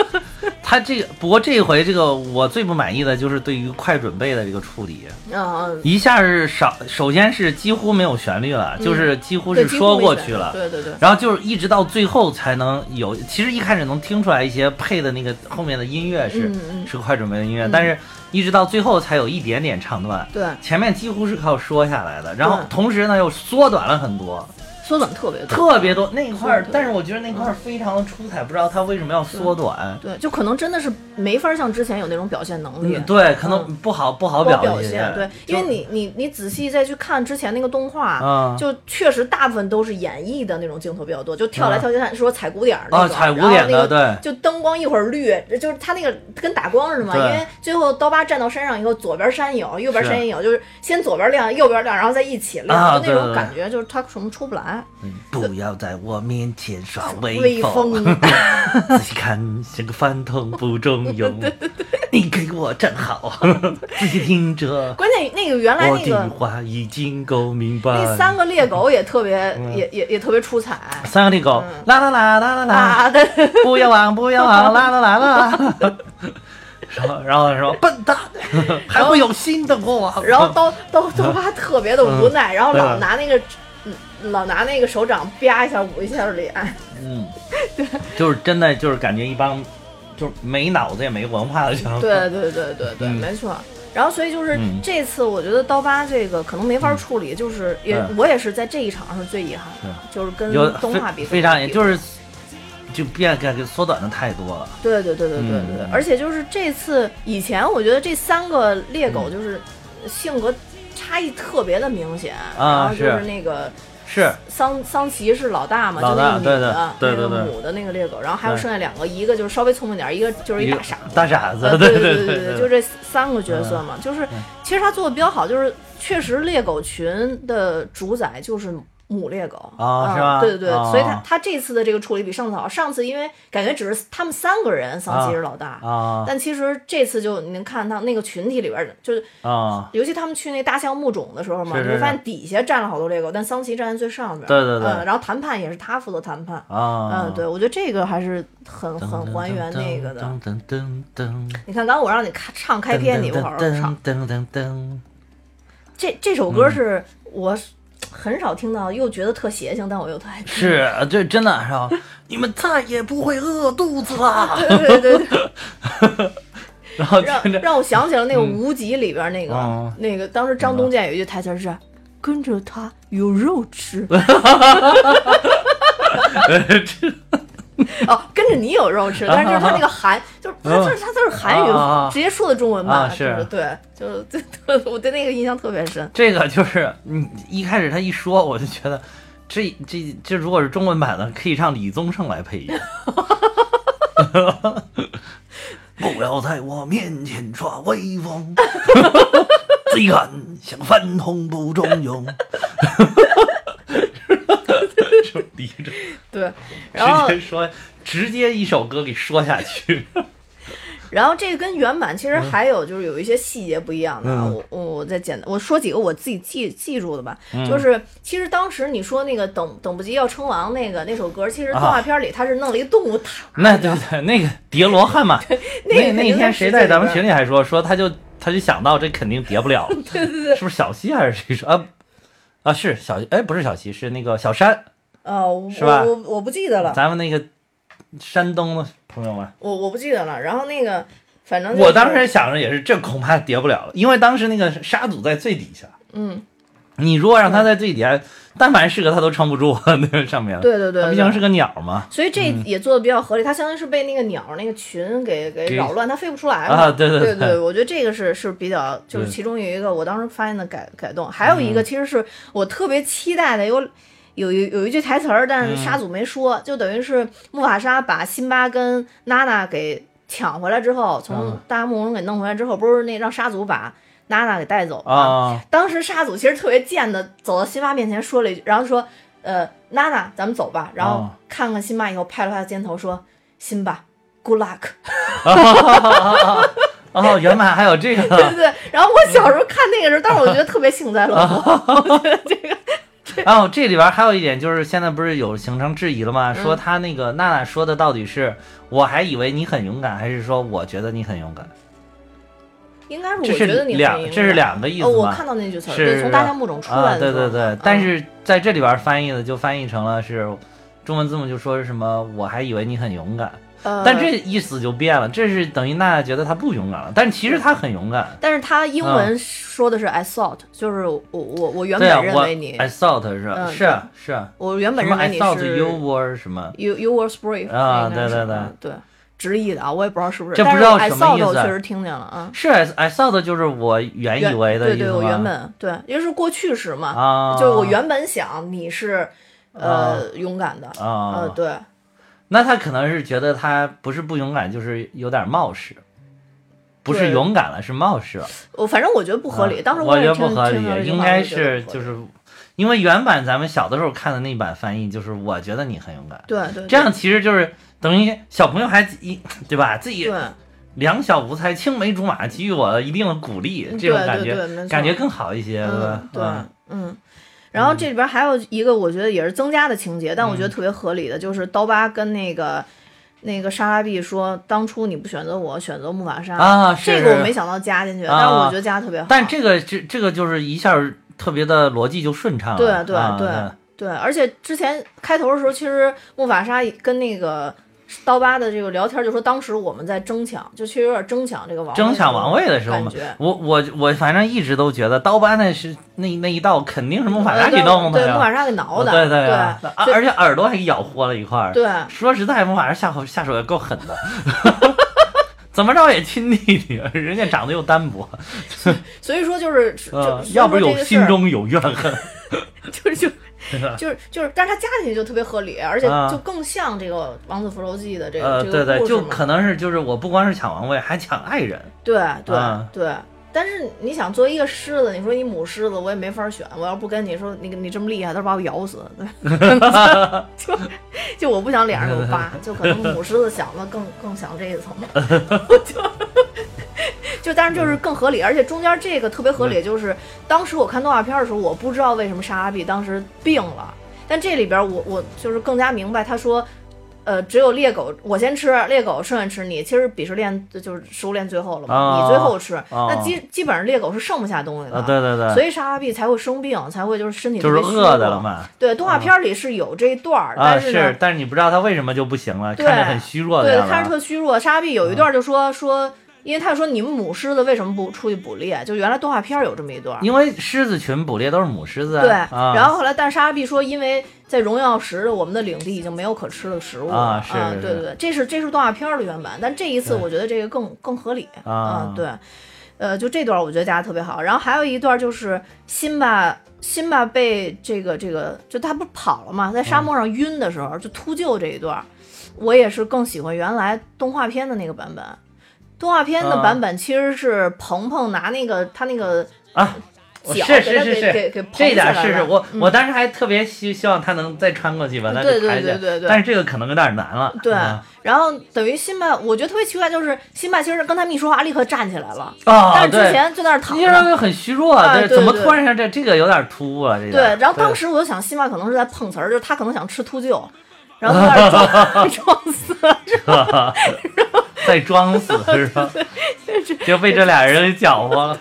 Speaker 1: 他这个，不过这回这个我最不满意的就是对于快准备的这个处理，
Speaker 2: 嗯，
Speaker 1: 一下是少，首先是几乎没有旋律了，就是几乎
Speaker 2: 嗯对
Speaker 1: 是
Speaker 2: 几乎
Speaker 1: 说
Speaker 2: 没
Speaker 1: 过
Speaker 2: 选
Speaker 1: 去了，
Speaker 2: 对对对，
Speaker 1: 然后就是一直到最后才能有，其实一开始能听出来一些配的那个后面的音乐是、
Speaker 2: 嗯嗯
Speaker 1: 是快准备的音乐，但是一直到最后才有一点点唱段，
Speaker 2: 对
Speaker 1: 前面几乎是靠说下来的，然后
Speaker 2: 对
Speaker 1: 同时呢又缩短了很多，
Speaker 2: 缩短特别多。
Speaker 1: 特别多那一块
Speaker 2: 是
Speaker 1: 儿
Speaker 2: 的，
Speaker 1: 但是我觉得那块儿非常的出彩，不知道他为什么要缩短，
Speaker 2: 对，就可能真的是没法像之前有那种表现能力。
Speaker 1: 嗯，对，可能
Speaker 2: 嗯
Speaker 1: 不好、不好
Speaker 2: 多
Speaker 1: 表哎
Speaker 2: 表
Speaker 1: 现，
Speaker 2: 现对，因为你你你仔细再去看之前那个动画，
Speaker 1: 嗯
Speaker 2: 就确实大部分都是演绎的那种镜头比较多，就跳来跳去，说踩鼓点儿那
Speaker 1: 啊
Speaker 2: 种
Speaker 1: 踩鼓
Speaker 2: 然后
Speaker 1: 点的
Speaker 2: 那个
Speaker 1: 对
Speaker 2: 就灯光一会儿绿，就是他那个跟打光似的嘛。因
Speaker 1: 对
Speaker 2: 为最后刀疤站到山上以后，左边山有，右边山也有，就是先左边亮，右边亮，然后再一起亮，
Speaker 1: 啊
Speaker 2: 就那种
Speaker 1: 对对对
Speaker 2: 感觉，就是他什么出不来，
Speaker 1: 不要在我面前耍
Speaker 2: 威
Speaker 1: 风。
Speaker 2: 风。
Speaker 1: 仔细看，像个饭桶不中 用。你给我站好，仔细听着，
Speaker 2: 关键那个原来
Speaker 1: 我
Speaker 2: 那
Speaker 1: 的
Speaker 2: 个
Speaker 1: 话已经够明白。
Speaker 2: 那三个猎狗也特别
Speaker 1: 嗯
Speaker 2: 也也也特别出彩
Speaker 1: 三个那狗，啦啦啦啦啦啦，
Speaker 2: 嗯啊，对。
Speaker 1: 不要 忘不要忘，啦啦啦啦 啦。然后然后说笨蛋，还会有新的啊我。
Speaker 2: 然后刀刀刀疤特别的无奈，然后
Speaker 1: 对
Speaker 2: 老拿那个，嗯老拿那个手掌啪一下捂一下 脸，
Speaker 1: 嗯， 就是真的就是感觉一帮就是没脑子也没文化的小孩。
Speaker 2: 对对对对对，
Speaker 1: 嗯
Speaker 2: 没错。然后所以就是
Speaker 1: 嗯
Speaker 2: 这次，我觉得刀疤这个可能没法处理，就是也
Speaker 1: 对
Speaker 2: 我也是在这一场是最遗憾的，就是跟
Speaker 1: 嗯有
Speaker 2: 嗯动画比
Speaker 1: 非非常
Speaker 2: 也
Speaker 1: 就是就变感觉缩短的太多了。
Speaker 2: 对对对对对对，
Speaker 1: 嗯
Speaker 2: 而且就是这次以前我觉得这三个猎
Speaker 1: 嗯
Speaker 2: 狗就是性格差异特别的明显，然后就是
Speaker 1: 是
Speaker 2: 那个。
Speaker 1: 是，
Speaker 2: 桑桑奇是老大嘛，
Speaker 1: 老大
Speaker 2: 就那个女的，
Speaker 1: 对对
Speaker 2: 那个
Speaker 1: 对对对
Speaker 2: 母的那个猎狗，然后还有
Speaker 1: 对
Speaker 2: 剩下两个，一个就是稍微聪明点儿，一个就是一
Speaker 1: 一个
Speaker 2: 大傻子。
Speaker 1: 大傻子
Speaker 2: 呃，
Speaker 1: 对
Speaker 2: 对
Speaker 1: 对嗯
Speaker 2: 对，就这三个角色嘛，就是其实他做的比较好，就是确实猎狗群的主宰就是母猎狗
Speaker 1: 啊是吧
Speaker 2: 对对对，
Speaker 1: 啊
Speaker 2: 所以他他这次的这个处理比上次好。上次因为感觉只是他们三个人，桑吉是老大，
Speaker 1: 啊
Speaker 2: 但其实这次就你能看到那个群体里边儿，就是
Speaker 1: 啊，
Speaker 2: 尤其他们去那大象墓冢的时候嘛，
Speaker 1: 是是
Speaker 2: 你会发
Speaker 1: 是
Speaker 2: 现底下站了好多猎狗，但桑奇站在最上边儿。
Speaker 1: 对对对
Speaker 2: 嗯，然后谈判也是他负责谈判。
Speaker 1: 啊，
Speaker 2: 嗯，对，我觉得这个还是很很还原那个的。
Speaker 1: 噔噔噔噔，
Speaker 2: 你看，刚刚我让你看唱开篇，你不好好唱。
Speaker 1: 噔噔
Speaker 2: 嗯
Speaker 1: 噔，
Speaker 2: 这这首歌是我很少听到，又觉得特邪性，但我又特爱听。
Speaker 1: 是这真的是吧？你们再也不会饿肚子啦。
Speaker 2: 对对对对，
Speaker 1: 然后
Speaker 2: 让
Speaker 1: 听着，
Speaker 2: 让我想起了那个《无极》里边那个、
Speaker 1: 嗯
Speaker 2: 那个，当时张东健有一句台词是“跟着他有肉吃”， 哦，跟着你有肉吃，但是就是他那个韩，就是他
Speaker 1: 啊嗯
Speaker 2: 就是他就是韩语
Speaker 1: 啊啊啊
Speaker 2: 直接说的中文吧，
Speaker 1: 啊
Speaker 2: 就是对，就是对，对我对那个印象特别深。
Speaker 1: 这个就是你一开始他一说，我就觉得这这这如果是中文版的，可以让李宗盛来配音。 不要在我面前耍威风， 贼喊想翻红不中用。 手低着，
Speaker 2: 对， 然后
Speaker 1: 直接说，直接一首歌给说下去。
Speaker 2: 然后这个跟原版其实还有就是有一些细节不一样的啊，
Speaker 1: 嗯
Speaker 2: 我我我再简单我说几个我自己记记住的吧，
Speaker 1: 嗯
Speaker 2: 就是其实当时你说那个等等不及要称王那个那首歌，其实动
Speaker 1: 啊
Speaker 2: 画片里它是弄了一个动物塔，
Speaker 1: 那对对，那个叠罗汉嘛，
Speaker 2: 那
Speaker 1: 那
Speaker 2: 个肯定
Speaker 1: 那天
Speaker 2: 在世
Speaker 1: 谁
Speaker 2: 界
Speaker 1: 在
Speaker 2: 里
Speaker 1: 咱们
Speaker 2: 边
Speaker 1: 群里还说说他就他就想到这肯定叠 不了了，对对对，是不是小西还是谁说啊啊是小哎不是小西是那个小山，
Speaker 2: 呃，我
Speaker 1: 是吧
Speaker 2: 我我不记得了，
Speaker 1: 咱们那个山东的朋友们，
Speaker 2: 我我不记得了。然后那个反正就是
Speaker 1: 我当时想着也是这恐怕叠不了了，因为当时那个沙祖在最底下，
Speaker 2: 嗯，
Speaker 1: 你如果让他在最底下，但凡是个他都撑不住 那个上面了，
Speaker 2: 对对对
Speaker 1: 啊他毕
Speaker 2: 对
Speaker 1: 竟是个鸟嘛，
Speaker 2: 所以这也做的比较合理，它相当于是被那个鸟儿那个群给给
Speaker 1: 给
Speaker 2: 扰乱，它飞不出来嘛。
Speaker 1: 啊对对
Speaker 2: 对
Speaker 1: 对
Speaker 2: 我觉得这个是是比较，就是
Speaker 1: 对嗯
Speaker 2: 其中有一个我当时发现的改改动，还有一个其实是我特别期待的有。有有有一句台词儿，但是
Speaker 1: 嗯
Speaker 2: 沙祖没说，就等于是木法沙把辛巴跟娜娜给抢回来之后，从
Speaker 1: 啊
Speaker 2: 大木龙给弄回来之后，不是那让沙祖把娜娜给带走吗？
Speaker 1: 啊
Speaker 2: 当时沙祖其实特别贱的走到辛巴面前说了一句，然后说：“呃，娜娜，咱们走吧。”然后
Speaker 1: 哦
Speaker 2: 看看辛巴以后，拍了拍他肩头说：“辛 巴，good luck。
Speaker 1: 哦原来还有
Speaker 2: 对
Speaker 1: 这”个
Speaker 2: 对对。然后我小时候看那个时候，但是我觉得特别幸灾乐 祸。我觉得这个
Speaker 1: 哦，这里边还有一点就是，现在不是有形成质疑了吗？
Speaker 2: 嗯
Speaker 1: 说他那个娜娜说的到底是，我还以为你很勇敢，还是说我觉得你很勇敢？
Speaker 2: 应该是
Speaker 1: 这
Speaker 2: 我
Speaker 1: 是
Speaker 2: 觉得你
Speaker 1: 两
Speaker 2: 很赢
Speaker 1: 这是两个意思
Speaker 2: 哦，我
Speaker 1: 吧
Speaker 2: 看到那句词儿，
Speaker 1: 是
Speaker 2: 对，从大象墓冢出来
Speaker 1: 啊，
Speaker 2: 的
Speaker 1: 对
Speaker 2: 时候。
Speaker 1: 对对
Speaker 2: 嗯。
Speaker 1: 但是在这里边翻译的就翻译成了是中文字幕就说是什么，我还以为你很勇敢，
Speaker 2: 呃
Speaker 1: 但这意思就变了，这是等于娜娜觉得她不勇敢了，但其实她很勇敢。
Speaker 2: 但是他英文说的是 I thought，就是我我我原
Speaker 1: 嗯对啊，
Speaker 2: 本认
Speaker 1: 我
Speaker 2: 为你
Speaker 1: I，thought 是吧
Speaker 2: 嗯
Speaker 1: 是啊是啊，
Speaker 2: 我原本
Speaker 1: 什么
Speaker 2: 认为你
Speaker 1: I thought
Speaker 2: 是
Speaker 1: you were 什么。
Speaker 2: You You were brave
Speaker 1: 啊
Speaker 2: 应该是
Speaker 1: 对对对
Speaker 2: 嗯对，直译的啊，我也不知道是不是，
Speaker 1: 这不
Speaker 2: 但是
Speaker 1: 知道
Speaker 2: 我 I
Speaker 1: 什么
Speaker 2: saw
Speaker 1: 意思
Speaker 2: t 我确实听见了啊。
Speaker 1: 是 I I thought 就是我原以为的
Speaker 2: 对
Speaker 1: 意思
Speaker 2: 对，
Speaker 1: 吗？
Speaker 2: 我原本对，因为是过去式嘛，
Speaker 1: 啊
Speaker 2: 就是我原本想你是呃、勇敢的，
Speaker 1: 啊
Speaker 2: 呃对，
Speaker 1: 那他可能是觉得他不是不勇敢，就是有点冒失，不是
Speaker 2: 对
Speaker 1: 勇敢了，是冒失了。
Speaker 2: 我反正我觉得不合理，
Speaker 1: 啊
Speaker 2: 当时
Speaker 1: 我
Speaker 2: 也
Speaker 1: 觉得
Speaker 2: 听
Speaker 1: 不合理
Speaker 2: 听到这，句话
Speaker 1: 应该
Speaker 2: 我觉得
Speaker 1: 是
Speaker 2: 不合理
Speaker 1: 就是因为原版咱们小的时候看的那版翻译，就是我觉得你很勇敢，
Speaker 2: 对对对
Speaker 1: 这样其实就是等于小朋友还一对吧，自己
Speaker 2: 对。
Speaker 1: 两小无猜，青梅竹马给予我一定的鼓励，这种
Speaker 2: 对
Speaker 1: 感
Speaker 2: 对
Speaker 1: 觉
Speaker 2: 对没错
Speaker 1: 感觉更好一些，
Speaker 2: 嗯，对
Speaker 1: 对吧？，啊
Speaker 2: 嗯。然后这里边还有一个我觉得也是增加的情节，但我觉
Speaker 1: 嗯
Speaker 2: 得特别合理的，就是刀疤跟那个那个莎拉碧说，当初你不选择我，选择木法沙
Speaker 1: 啊是
Speaker 2: 这个我
Speaker 1: 是
Speaker 2: 没想到加进去，
Speaker 1: 啊
Speaker 2: 但是我觉得加的特别好。
Speaker 1: 但这个这这个就是一下特别的逻辑就顺畅了，
Speaker 2: 对对
Speaker 1: 啊
Speaker 2: 对对，而且之前开头的时候，其实木法沙跟那个刀疤的这个聊天，就说当时我们在争抢，就其实有点争抢这个王
Speaker 1: 争抢王位的时候
Speaker 2: 感
Speaker 1: 嘛
Speaker 2: 觉，。
Speaker 1: 我我我反正一直都觉得刀疤那是那那一道肯定是木法
Speaker 2: 呃
Speaker 1: 沙给弄的
Speaker 2: 对，
Speaker 1: 呀，
Speaker 2: 木法沙给挠的，
Speaker 1: 对
Speaker 2: 对
Speaker 1: 啊啊
Speaker 2: 所以
Speaker 1: 而且耳朵还给咬豁了一块儿。
Speaker 2: 对
Speaker 1: 说实在，木法沙下手下手也够狠的， 怎么着也亲弟弟，人家长得又 单薄，
Speaker 2: 所以说就是，就
Speaker 1: 呃
Speaker 2: 所以，
Speaker 1: 要不是
Speaker 2: 说
Speaker 1: 有
Speaker 2: 这个事
Speaker 1: 心
Speaker 2: 儿
Speaker 1: 中有怨恨，
Speaker 2: 就是就就是就是，但是它加进去就特别合理，而且
Speaker 1: 啊
Speaker 2: 就更像这个《王子复仇记》的这个、
Speaker 1: 呃，
Speaker 2: 这
Speaker 1: 对
Speaker 2: 个
Speaker 1: 对，
Speaker 2: 故事
Speaker 1: 就
Speaker 2: 嘛
Speaker 1: 可能是就是我不光是抢王位，还抢爱人，
Speaker 2: 对对、
Speaker 1: 啊
Speaker 2: 对，但是你想，作为一个狮子，你说你母狮子，我也没法选。我要不跟你说，你你这么厉害，他把我咬死。就就我不想脸上有疤，就可能母狮子想的更更想这一层。就就当然就是
Speaker 1: 嗯
Speaker 2: 更合理，而且中间这个特别合理，就是当时我看动画片的时候，我不知道为什么莎拉碧当时病了，但这里边我我就是更加明白，他说。呃，只有猎狗我先吃，猎狗剩下吃你。其实鄙视链就是食物链最后了嘛，
Speaker 1: 啊
Speaker 2: 你最后吃，
Speaker 1: 啊
Speaker 2: 那基基本上猎狗是剩不下东西的，
Speaker 1: 啊，对对对，
Speaker 2: 所以莎拉碧才会生病，才会就是身体
Speaker 1: 就是
Speaker 2: 特别虚
Speaker 1: 饿的
Speaker 2: 弱
Speaker 1: 了。嘛。嗯
Speaker 2: 对，动画片里是有这一段儿，
Speaker 1: 啊，
Speaker 2: 但是呢，
Speaker 1: 但是你不知道他为什么就不行了，
Speaker 2: 对
Speaker 1: 看着很虚弱的嗯
Speaker 2: 对，
Speaker 1: 样
Speaker 2: 看着
Speaker 1: 子。啊
Speaker 2: 特虚弱。莎拉碧有一段就说、说，因为他说你们母狮子为什么不出去捕猎？就原来动画片有这么一段儿。
Speaker 1: 因为狮子群捕猎都是母狮子啊，
Speaker 2: 对，
Speaker 1: 啊、
Speaker 2: 然后后来，但是莎拉碧说，因为在荣耀时，我们的领地已经没有可吃的食物了。
Speaker 1: 啊是是
Speaker 2: 对对对，这是这是动画片儿的原版，但这一次
Speaker 1: 对
Speaker 2: 我觉得这个更更合理。
Speaker 1: 啊
Speaker 2: 嗯，对，呃，就这段我觉得加的特别好。然后还有一段就是辛巴，辛巴被这个这个，就他不是跑了嘛，在
Speaker 1: 嗯
Speaker 2: 沙漠上晕的时候，就秃鹫这一段，我也是更喜欢原来动画片的那个版本。动画片的
Speaker 1: 啊
Speaker 2: 版本其实是鹏鹏拿那个他那个
Speaker 1: 啊，我
Speaker 2: 脚
Speaker 1: 是
Speaker 2: 给他
Speaker 1: 是
Speaker 2: 给
Speaker 1: 是是，
Speaker 2: 给给捧
Speaker 1: 这
Speaker 2: 起来
Speaker 1: 点
Speaker 2: 了
Speaker 1: 是是我、
Speaker 2: 嗯
Speaker 1: 我当时还特别希希望他能再穿过去把它
Speaker 2: 对
Speaker 1: 给
Speaker 2: 对
Speaker 1: 抬起来，
Speaker 2: 对对对
Speaker 1: 但是这个可能有点难了。
Speaker 2: 对
Speaker 1: 啊，
Speaker 2: 然后等于辛巴，我觉得特别奇怪，就是辛巴其实跟他们一说话，立刻站起来了，
Speaker 1: 啊
Speaker 2: 但是之
Speaker 1: 对
Speaker 2: 前就在那儿躺
Speaker 1: 你这
Speaker 2: 着。
Speaker 1: 就很虚弱，
Speaker 2: 啊
Speaker 1: 这
Speaker 2: 对
Speaker 1: 怎么
Speaker 2: 对
Speaker 1: 突然一下这这个有点突兀啊？这个
Speaker 2: 对，然后当时我就想，辛巴可能是在碰瓷儿，就是他可能想吃秃鹫，然后在那儿装 装死。
Speaker 1: 在装死是 吧？就被这俩人给搅和了。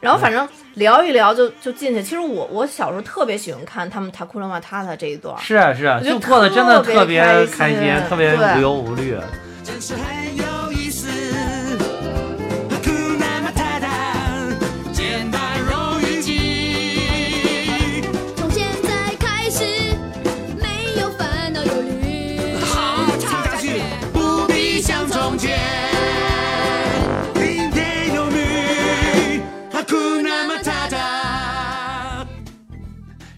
Speaker 2: 然后反正聊一聊就就进去。其实我我小时候特别喜欢看他们塔库拉玛塔塔这一段儿，
Speaker 1: 是啊是啊，
Speaker 2: 觉得
Speaker 1: 就过得真的特
Speaker 2: 特
Speaker 1: 别
Speaker 2: 别
Speaker 1: 开
Speaker 2: 开
Speaker 1: 心
Speaker 2: 心，
Speaker 1: 特别
Speaker 2: 对
Speaker 1: 无忧无虑。啊
Speaker 4: 真是很有意思。苦那么太大，简单容易记。
Speaker 3: 从现在开始，没有烦恼忧虑。
Speaker 4: 好，唱下去，不必想从前。明天有你，啊哈库那么塔塔。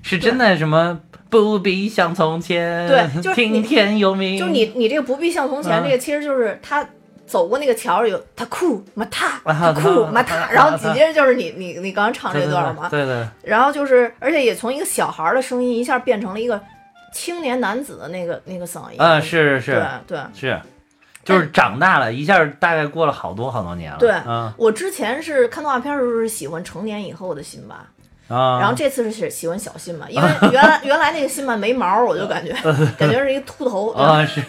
Speaker 1: 是真的什么不必像从前，
Speaker 2: 对就是
Speaker 1: 听
Speaker 2: 你
Speaker 1: 天由命，
Speaker 2: 就是你你这个不必像从前，
Speaker 1: 嗯
Speaker 2: 这个其实就是他走过那个桥有塔库玛 塔
Speaker 1: 啊
Speaker 2: 塔库玛塔，
Speaker 1: 啊
Speaker 2: 然后紧接着就是你你你刚刚唱
Speaker 1: 对
Speaker 2: 这
Speaker 1: 对
Speaker 2: 段儿嘛，
Speaker 1: 对对，对
Speaker 2: 然后就是，而且也从一个小孩儿的声音一下变成了一个青年男子的那个那个嗓音。
Speaker 1: 嗯是是是
Speaker 2: 对对哎
Speaker 1: 是，就是长大了一下，大概过了好多好多年了。
Speaker 2: 对。
Speaker 1: 嗯
Speaker 2: 我之前是看动画片儿的时候是喜欢成年以后的辛巴，
Speaker 1: 啊，
Speaker 2: 然 后这次是喜喜欢小辛巴，因为原来原来那个辛巴没毛儿，我就感觉 感觉是一个秃头。对吧
Speaker 1: 啊是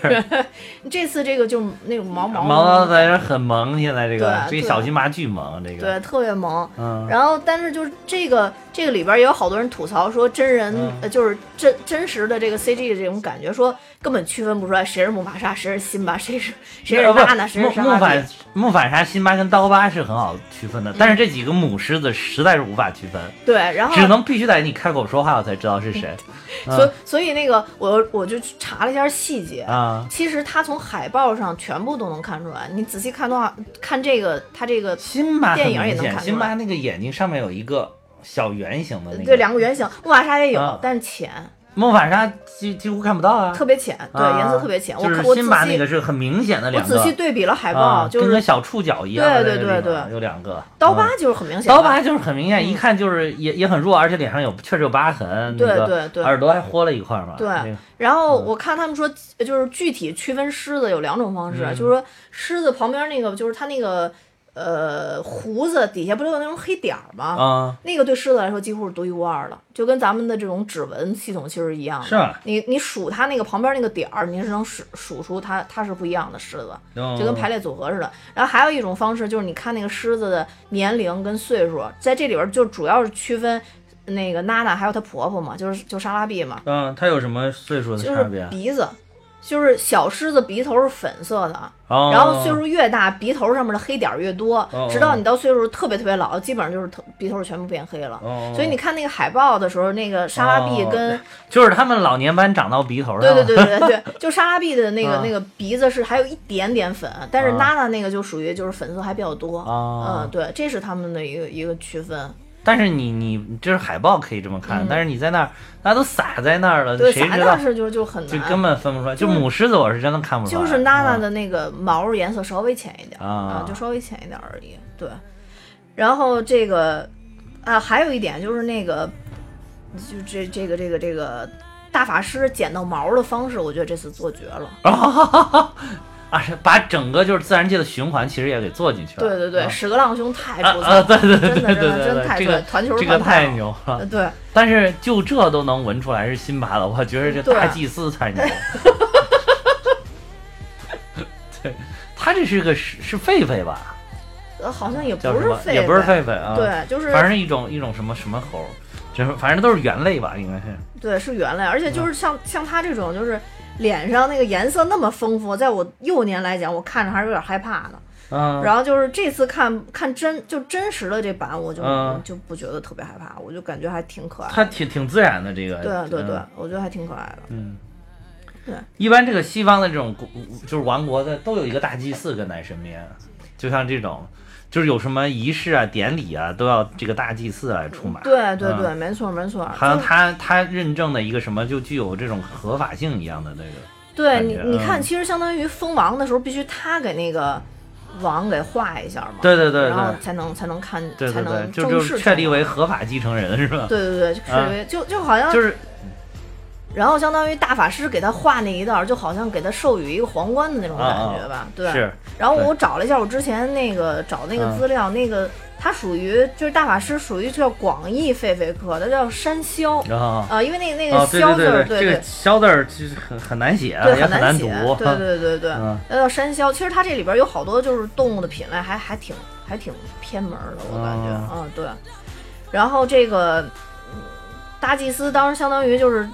Speaker 2: 这次这个就那种毛毛
Speaker 1: 毛毛在这很萌，现在这个这
Speaker 2: 对
Speaker 1: 个小金麻巨萌，这
Speaker 2: 对
Speaker 1: 个，
Speaker 2: 特别萌。
Speaker 1: 嗯
Speaker 2: 然后，但是就是这个这个里边也有好多人吐槽说，真人、
Speaker 1: 嗯
Speaker 2: 呃就是真真实的这个 CG 的这种感觉，说根本区分不出来谁是木法沙，谁是辛巴，谁是谁是
Speaker 1: 呃不
Speaker 2: 娜娜，谁
Speaker 1: 木
Speaker 2: 是莎
Speaker 1: 木
Speaker 2: 拉
Speaker 1: 反
Speaker 2: 比。
Speaker 1: 木反杀辛巴跟刀疤是很好区分的，但是这几个母狮子实在是无法区分，
Speaker 2: 对，然后
Speaker 1: 只能必须得你开口说话我才知道 是谁
Speaker 2: 所以所以那个我我就去查了一下细节。
Speaker 1: 啊。
Speaker 2: 其实他从海报上全部都能看出来，你仔细看的话，看这个他这个
Speaker 1: 辛巴很
Speaker 2: 电影也
Speaker 1: 明
Speaker 2: 能
Speaker 1: 显，
Speaker 2: 看出
Speaker 1: 辛巴
Speaker 2: 来
Speaker 1: 那个眼睛上面有一个小圆形的那
Speaker 2: 对
Speaker 1: 个，
Speaker 2: 两个圆形，木法沙也有，
Speaker 1: 啊
Speaker 2: 但是浅，
Speaker 1: 木反杀几几乎看不到啊，
Speaker 2: 特别浅，对，
Speaker 1: 啊
Speaker 2: 颜色特别浅。
Speaker 1: 就
Speaker 2: 我
Speaker 1: 是
Speaker 2: 看我仔
Speaker 1: 辛巴那个
Speaker 2: 细
Speaker 1: 是很明显的
Speaker 2: 我
Speaker 1: 两个，
Speaker 2: 仔细对比了海报，
Speaker 1: 啊，
Speaker 2: 就
Speaker 1: 跟个
Speaker 2: 是
Speaker 1: 小触角一样的那
Speaker 2: 对
Speaker 1: 个地
Speaker 2: 对
Speaker 1: 方，
Speaker 2: 对对
Speaker 1: 有两个
Speaker 2: 刀疤
Speaker 1: 嗯
Speaker 2: 就是很明显的，
Speaker 1: 刀疤就是很明显，一看就是也也很弱，而且脸上有确实有疤痕，
Speaker 2: 嗯对
Speaker 1: 那个
Speaker 2: 对对
Speaker 1: 耳朵还豁了一块嘛，
Speaker 2: 对
Speaker 1: 那个
Speaker 2: 然后
Speaker 1: 嗯
Speaker 2: 我看他们说，呃就是具体区分狮子有两种方式，啊
Speaker 1: 嗯
Speaker 2: 就是说狮子旁边那个，就是它那个呃胡子底下不是有那种黑点儿吗？
Speaker 1: 啊，
Speaker 2: 那个对狮子来说几乎是独一无二的，就跟咱们的这种指纹系统其实一样的。
Speaker 1: 是啊吗
Speaker 2: 你你数它那个旁边那个点儿，你是能数数出它它是不一样的狮子，
Speaker 1: 哦
Speaker 2: 就跟排列组合似的。然后还有一种方式就是你看那个狮子的年龄跟岁数，在这里边就主要是区分那个娜娜还有她婆婆嘛，就是就莎拉碧嘛。
Speaker 1: 嗯，它有什么岁数的
Speaker 2: 就
Speaker 1: 差
Speaker 2: 是
Speaker 1: 别？啊
Speaker 2: 鼻子，就是小狮子鼻头是粉色的，
Speaker 1: 哦
Speaker 2: 然后岁数越大，鼻头上面的黑点儿越多，
Speaker 1: 哦
Speaker 2: 直到你到岁数特别特别老，基本上就是头鼻头全部变黑了。
Speaker 1: 哦
Speaker 2: 所以你看那个海报的时候，那个莎拉碧跟、
Speaker 1: 就是他们老年斑长到鼻头上，
Speaker 2: 对对对对 对，就莎拉碧的那个、
Speaker 1: 啊
Speaker 2: 那个鼻子是还有一点点粉，但是
Speaker 1: 啊
Speaker 2: 娜娜那个就属于就是粉色还比较多。
Speaker 1: 啊
Speaker 2: 嗯，对，这是他们的一个一个区分。
Speaker 1: 但是你你这是海报可以这么看，但是你在那儿，大家都撒在那儿了，
Speaker 2: 嗯对，
Speaker 1: 谁
Speaker 2: 撒
Speaker 1: 知道
Speaker 2: 旦？是就就很
Speaker 1: 就
Speaker 2: 难，
Speaker 1: 根本分不出来。就母狮子，我是真的看不出来。
Speaker 2: 就是娜娜
Speaker 1: 嗯
Speaker 2: 的那个毛儿颜色稍微浅一点儿
Speaker 1: 啊
Speaker 2: 就稍微浅一点儿而已。对，然后这个啊，还有一点就是那个，就这这个这个这个大法师捡到毛的方式，我觉得这次做绝了。
Speaker 1: 啊， 是把整个就是自然界的循环其实也给做进去了。
Speaker 2: 对对对，
Speaker 1: 啊
Speaker 2: 史格朗兄太
Speaker 1: 啊
Speaker 2: 出彩
Speaker 1: 啊！
Speaker 2: 了，
Speaker 1: 对对对对
Speaker 2: 真
Speaker 1: 对
Speaker 2: 的真
Speaker 1: 对
Speaker 2: 的真
Speaker 1: 对，
Speaker 2: 太出彩
Speaker 1: 这个
Speaker 2: 了，团球
Speaker 1: 这个
Speaker 2: 团
Speaker 1: 太
Speaker 2: 了。
Speaker 1: 牛了
Speaker 2: 呃。对，
Speaker 1: 但是就这都能闻出来是辛巴的，我觉得这
Speaker 2: 对
Speaker 1: 大祭司才牛。
Speaker 2: 啊
Speaker 1: 对，他这是个是是狒狒吧？
Speaker 2: 呃好像也
Speaker 1: 叫
Speaker 2: 不
Speaker 1: 什
Speaker 2: 是
Speaker 1: 么？
Speaker 2: 狒狒，
Speaker 1: 也不是狒狒啊。，
Speaker 2: 对，就是
Speaker 1: 反正一种一种什么什么猴，就是反正都是猿类吧，应该是。
Speaker 2: 对，是原来，而且
Speaker 1: 嗯
Speaker 2: 就是像、像他这种，就是脸上那个颜色那么丰富，在我幼年来讲，我看着还是有点害怕的。
Speaker 1: 嗯。
Speaker 2: 然后就是这次看看真就真实的这版，我就、
Speaker 1: 嗯
Speaker 2: 就不觉得特别害怕，我就感觉还挺可爱的。
Speaker 1: 它挺挺自然的这个。
Speaker 2: 对对对
Speaker 1: 嗯，
Speaker 2: 我觉得还挺可爱的。
Speaker 1: 一般这个西方的这种国就是王国的都有一个大祭祀跟在身边，就像这种就是有什么仪式啊、典礼啊，都要这个大祭祀来出马。
Speaker 2: 对对对，
Speaker 1: 嗯
Speaker 2: 没错没错。
Speaker 1: 好像
Speaker 2: 就
Speaker 1: 他他认证的一个什么就具有这种合法性一样的那个，
Speaker 2: 对
Speaker 1: 感
Speaker 2: 你
Speaker 1: 觉
Speaker 2: 你看，
Speaker 1: 嗯
Speaker 2: 其实相当于封王的时候，必须他给那个王给画一下嘛。
Speaker 1: 对对对对
Speaker 2: 然后才能才能看，
Speaker 1: 对
Speaker 2: 才
Speaker 1: 对对，
Speaker 2: 能
Speaker 1: 就
Speaker 2: 正
Speaker 1: 就
Speaker 2: 式
Speaker 1: 确立
Speaker 2: 成
Speaker 1: 为
Speaker 2: 为。
Speaker 1: 合法继承人是吧？
Speaker 2: 对对对，就确
Speaker 1: 啊
Speaker 2: 立为就就好像
Speaker 1: 就是
Speaker 2: 然后相当于大法师给他画那一道，就好像给他授予一个皇冠的那种感觉吧，对。
Speaker 1: 嗯是，
Speaker 2: 然后
Speaker 1: 对
Speaker 2: 我找了一下我之前那个找那个
Speaker 1: 嗯
Speaker 2: 资料，那个他属于就是大法师属于叫广义狒狒科，他叫山魈
Speaker 1: 然后
Speaker 2: 啊，因为那那个
Speaker 1: 哦对
Speaker 2: 魈字
Speaker 1: 对
Speaker 2: 儿，
Speaker 1: 对，
Speaker 2: 对
Speaker 1: 这个肖字儿就是很很难写啊，
Speaker 2: 对，
Speaker 1: 也
Speaker 2: 很难
Speaker 1: 难
Speaker 2: 写
Speaker 1: 读，，
Speaker 2: 对对对对
Speaker 1: 嗯，
Speaker 2: 它叫山魈。其实它这里边有好多就是动物的品类还，还挺还挺偏门儿的，我感觉，
Speaker 1: 哦
Speaker 2: 嗯，对。然后这个嗯大祭司当时相当于就是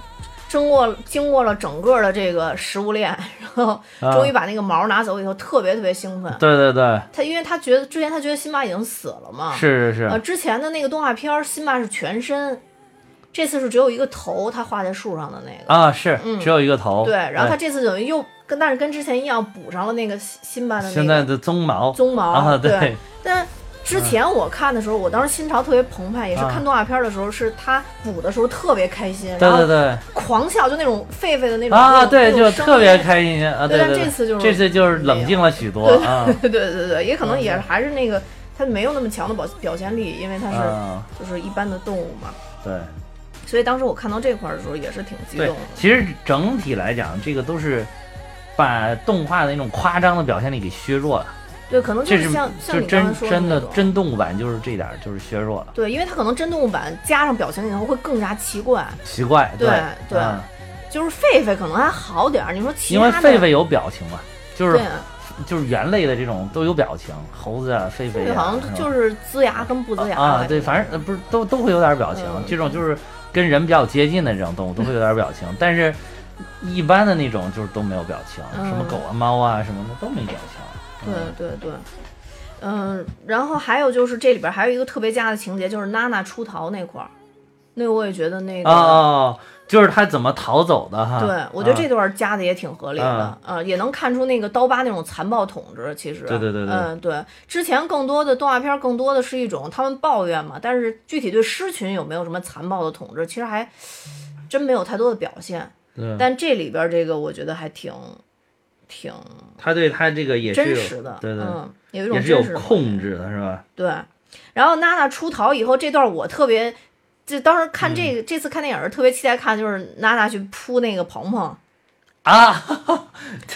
Speaker 2: 经过经过了整个的这个食物链，然后终于把那个毛拿走以后，特别特别兴奋。
Speaker 1: 嗯对对对，
Speaker 2: 他因为他觉得之前他觉得辛巴已经死了嘛，
Speaker 1: 是是
Speaker 2: 呃，
Speaker 1: 是，
Speaker 2: 之前的那个动画片儿辛巴是全身，这次是只有一个头，他画在树上的那个。
Speaker 1: 啊是，只有一个头，
Speaker 2: 嗯对，然
Speaker 1: 哎
Speaker 2: 后他这次等于又跟，但是跟之前一样补上了那个新新版的
Speaker 1: 现在
Speaker 2: 那个
Speaker 1: 的鬃毛
Speaker 2: 鬃毛
Speaker 1: 啊，嗯
Speaker 2: 对，但之前我看的时候，我当时心潮特别澎湃，也是
Speaker 1: 啊
Speaker 2: 看动画片的时候，是他补的时候特别开心，
Speaker 1: 对对
Speaker 2: 然后
Speaker 1: 对。
Speaker 2: 狂笑，就那种狒狒的那种
Speaker 1: 啊，对，就特别。
Speaker 2: 那种那种声音
Speaker 1: 开心啊！
Speaker 2: 对
Speaker 1: 对
Speaker 2: 但
Speaker 1: 对，
Speaker 2: 这次就是
Speaker 1: 这次就是冷静了 许多
Speaker 2: 对
Speaker 1: 啊，
Speaker 2: 对对对对，也可
Speaker 1: 嗯
Speaker 2: 能也还是那个，他没有那么强的表表现力，因为他是
Speaker 1: 啊，
Speaker 2: 就是一般的动物嘛，
Speaker 1: 对
Speaker 2: 所以当时我看到这块儿的时候也是挺激动
Speaker 1: 对
Speaker 2: 的。。
Speaker 1: 其实整体来讲，这个都是把动画的那种夸张的表现力给削弱了。
Speaker 2: 对，可能就
Speaker 1: 这
Speaker 2: 是像像
Speaker 1: 就
Speaker 2: 你刚才
Speaker 1: 真
Speaker 2: 说
Speaker 1: 真
Speaker 2: 那
Speaker 1: 的
Speaker 2: 种。
Speaker 1: 真动物版就是这点儿就是削弱了，
Speaker 2: 对，因为它可能真动物版加上表情以后会更加奇怪，
Speaker 1: 奇怪，
Speaker 2: 对对
Speaker 1: 对，嗯
Speaker 2: 就是狒狒可能还好点儿，你说其
Speaker 1: 因为
Speaker 2: 他的
Speaker 1: 狒狒有表情嘛，就是
Speaker 2: 对，
Speaker 1: 就是猿类的这种都有表情，猴子啊、狒狒
Speaker 2: 狒狒
Speaker 1: 啊
Speaker 2: 好像
Speaker 1: 是吧
Speaker 2: 就是龇牙跟不龇牙
Speaker 1: 啊，
Speaker 2: 的
Speaker 1: 对，反正呃不是都都会有点表情
Speaker 2: 嗯，
Speaker 1: 这种就是跟人比较接近的这种动物都会有点表情，但是一般的那种就是都没有表情，
Speaker 2: 嗯
Speaker 1: 什么狗啊、猫啊什么的都没表情。
Speaker 2: 对对对。嗯，然后还有就是这里边还有一个特别佳的情节，就是娜娜出逃那块儿，那个我也觉得那个，
Speaker 1: 哦哦，就是它怎么逃走的哈？啊
Speaker 2: 对我觉得这
Speaker 1: 种
Speaker 2: 段加的也挺合理的，
Speaker 1: 啊
Speaker 2: 呃，也能看出那个刀疤那种残暴统治，其实，
Speaker 1: 对对对对
Speaker 2: 嗯对。之前更多的动画片儿更多的是一种他们抱怨嘛，但是具体对狮群有没有什么残暴的统治，其实还真没有太多的表现。
Speaker 1: 对
Speaker 2: 但这里边儿这个我觉得还挺挺
Speaker 1: 它对它这个也是
Speaker 2: 真
Speaker 1: 有
Speaker 2: 实的，
Speaker 1: 对对，
Speaker 2: 嗯，有一种
Speaker 1: 也
Speaker 2: 真
Speaker 1: 是有
Speaker 2: 实的
Speaker 1: 控制的是吧？
Speaker 2: 对，然后娜娜出逃以后，这段我特别，就当时看
Speaker 1: 嗯
Speaker 2: 这个、这次看电影儿特别期待看，就是娜娜去扑那个鹏鹏，
Speaker 1: 啊，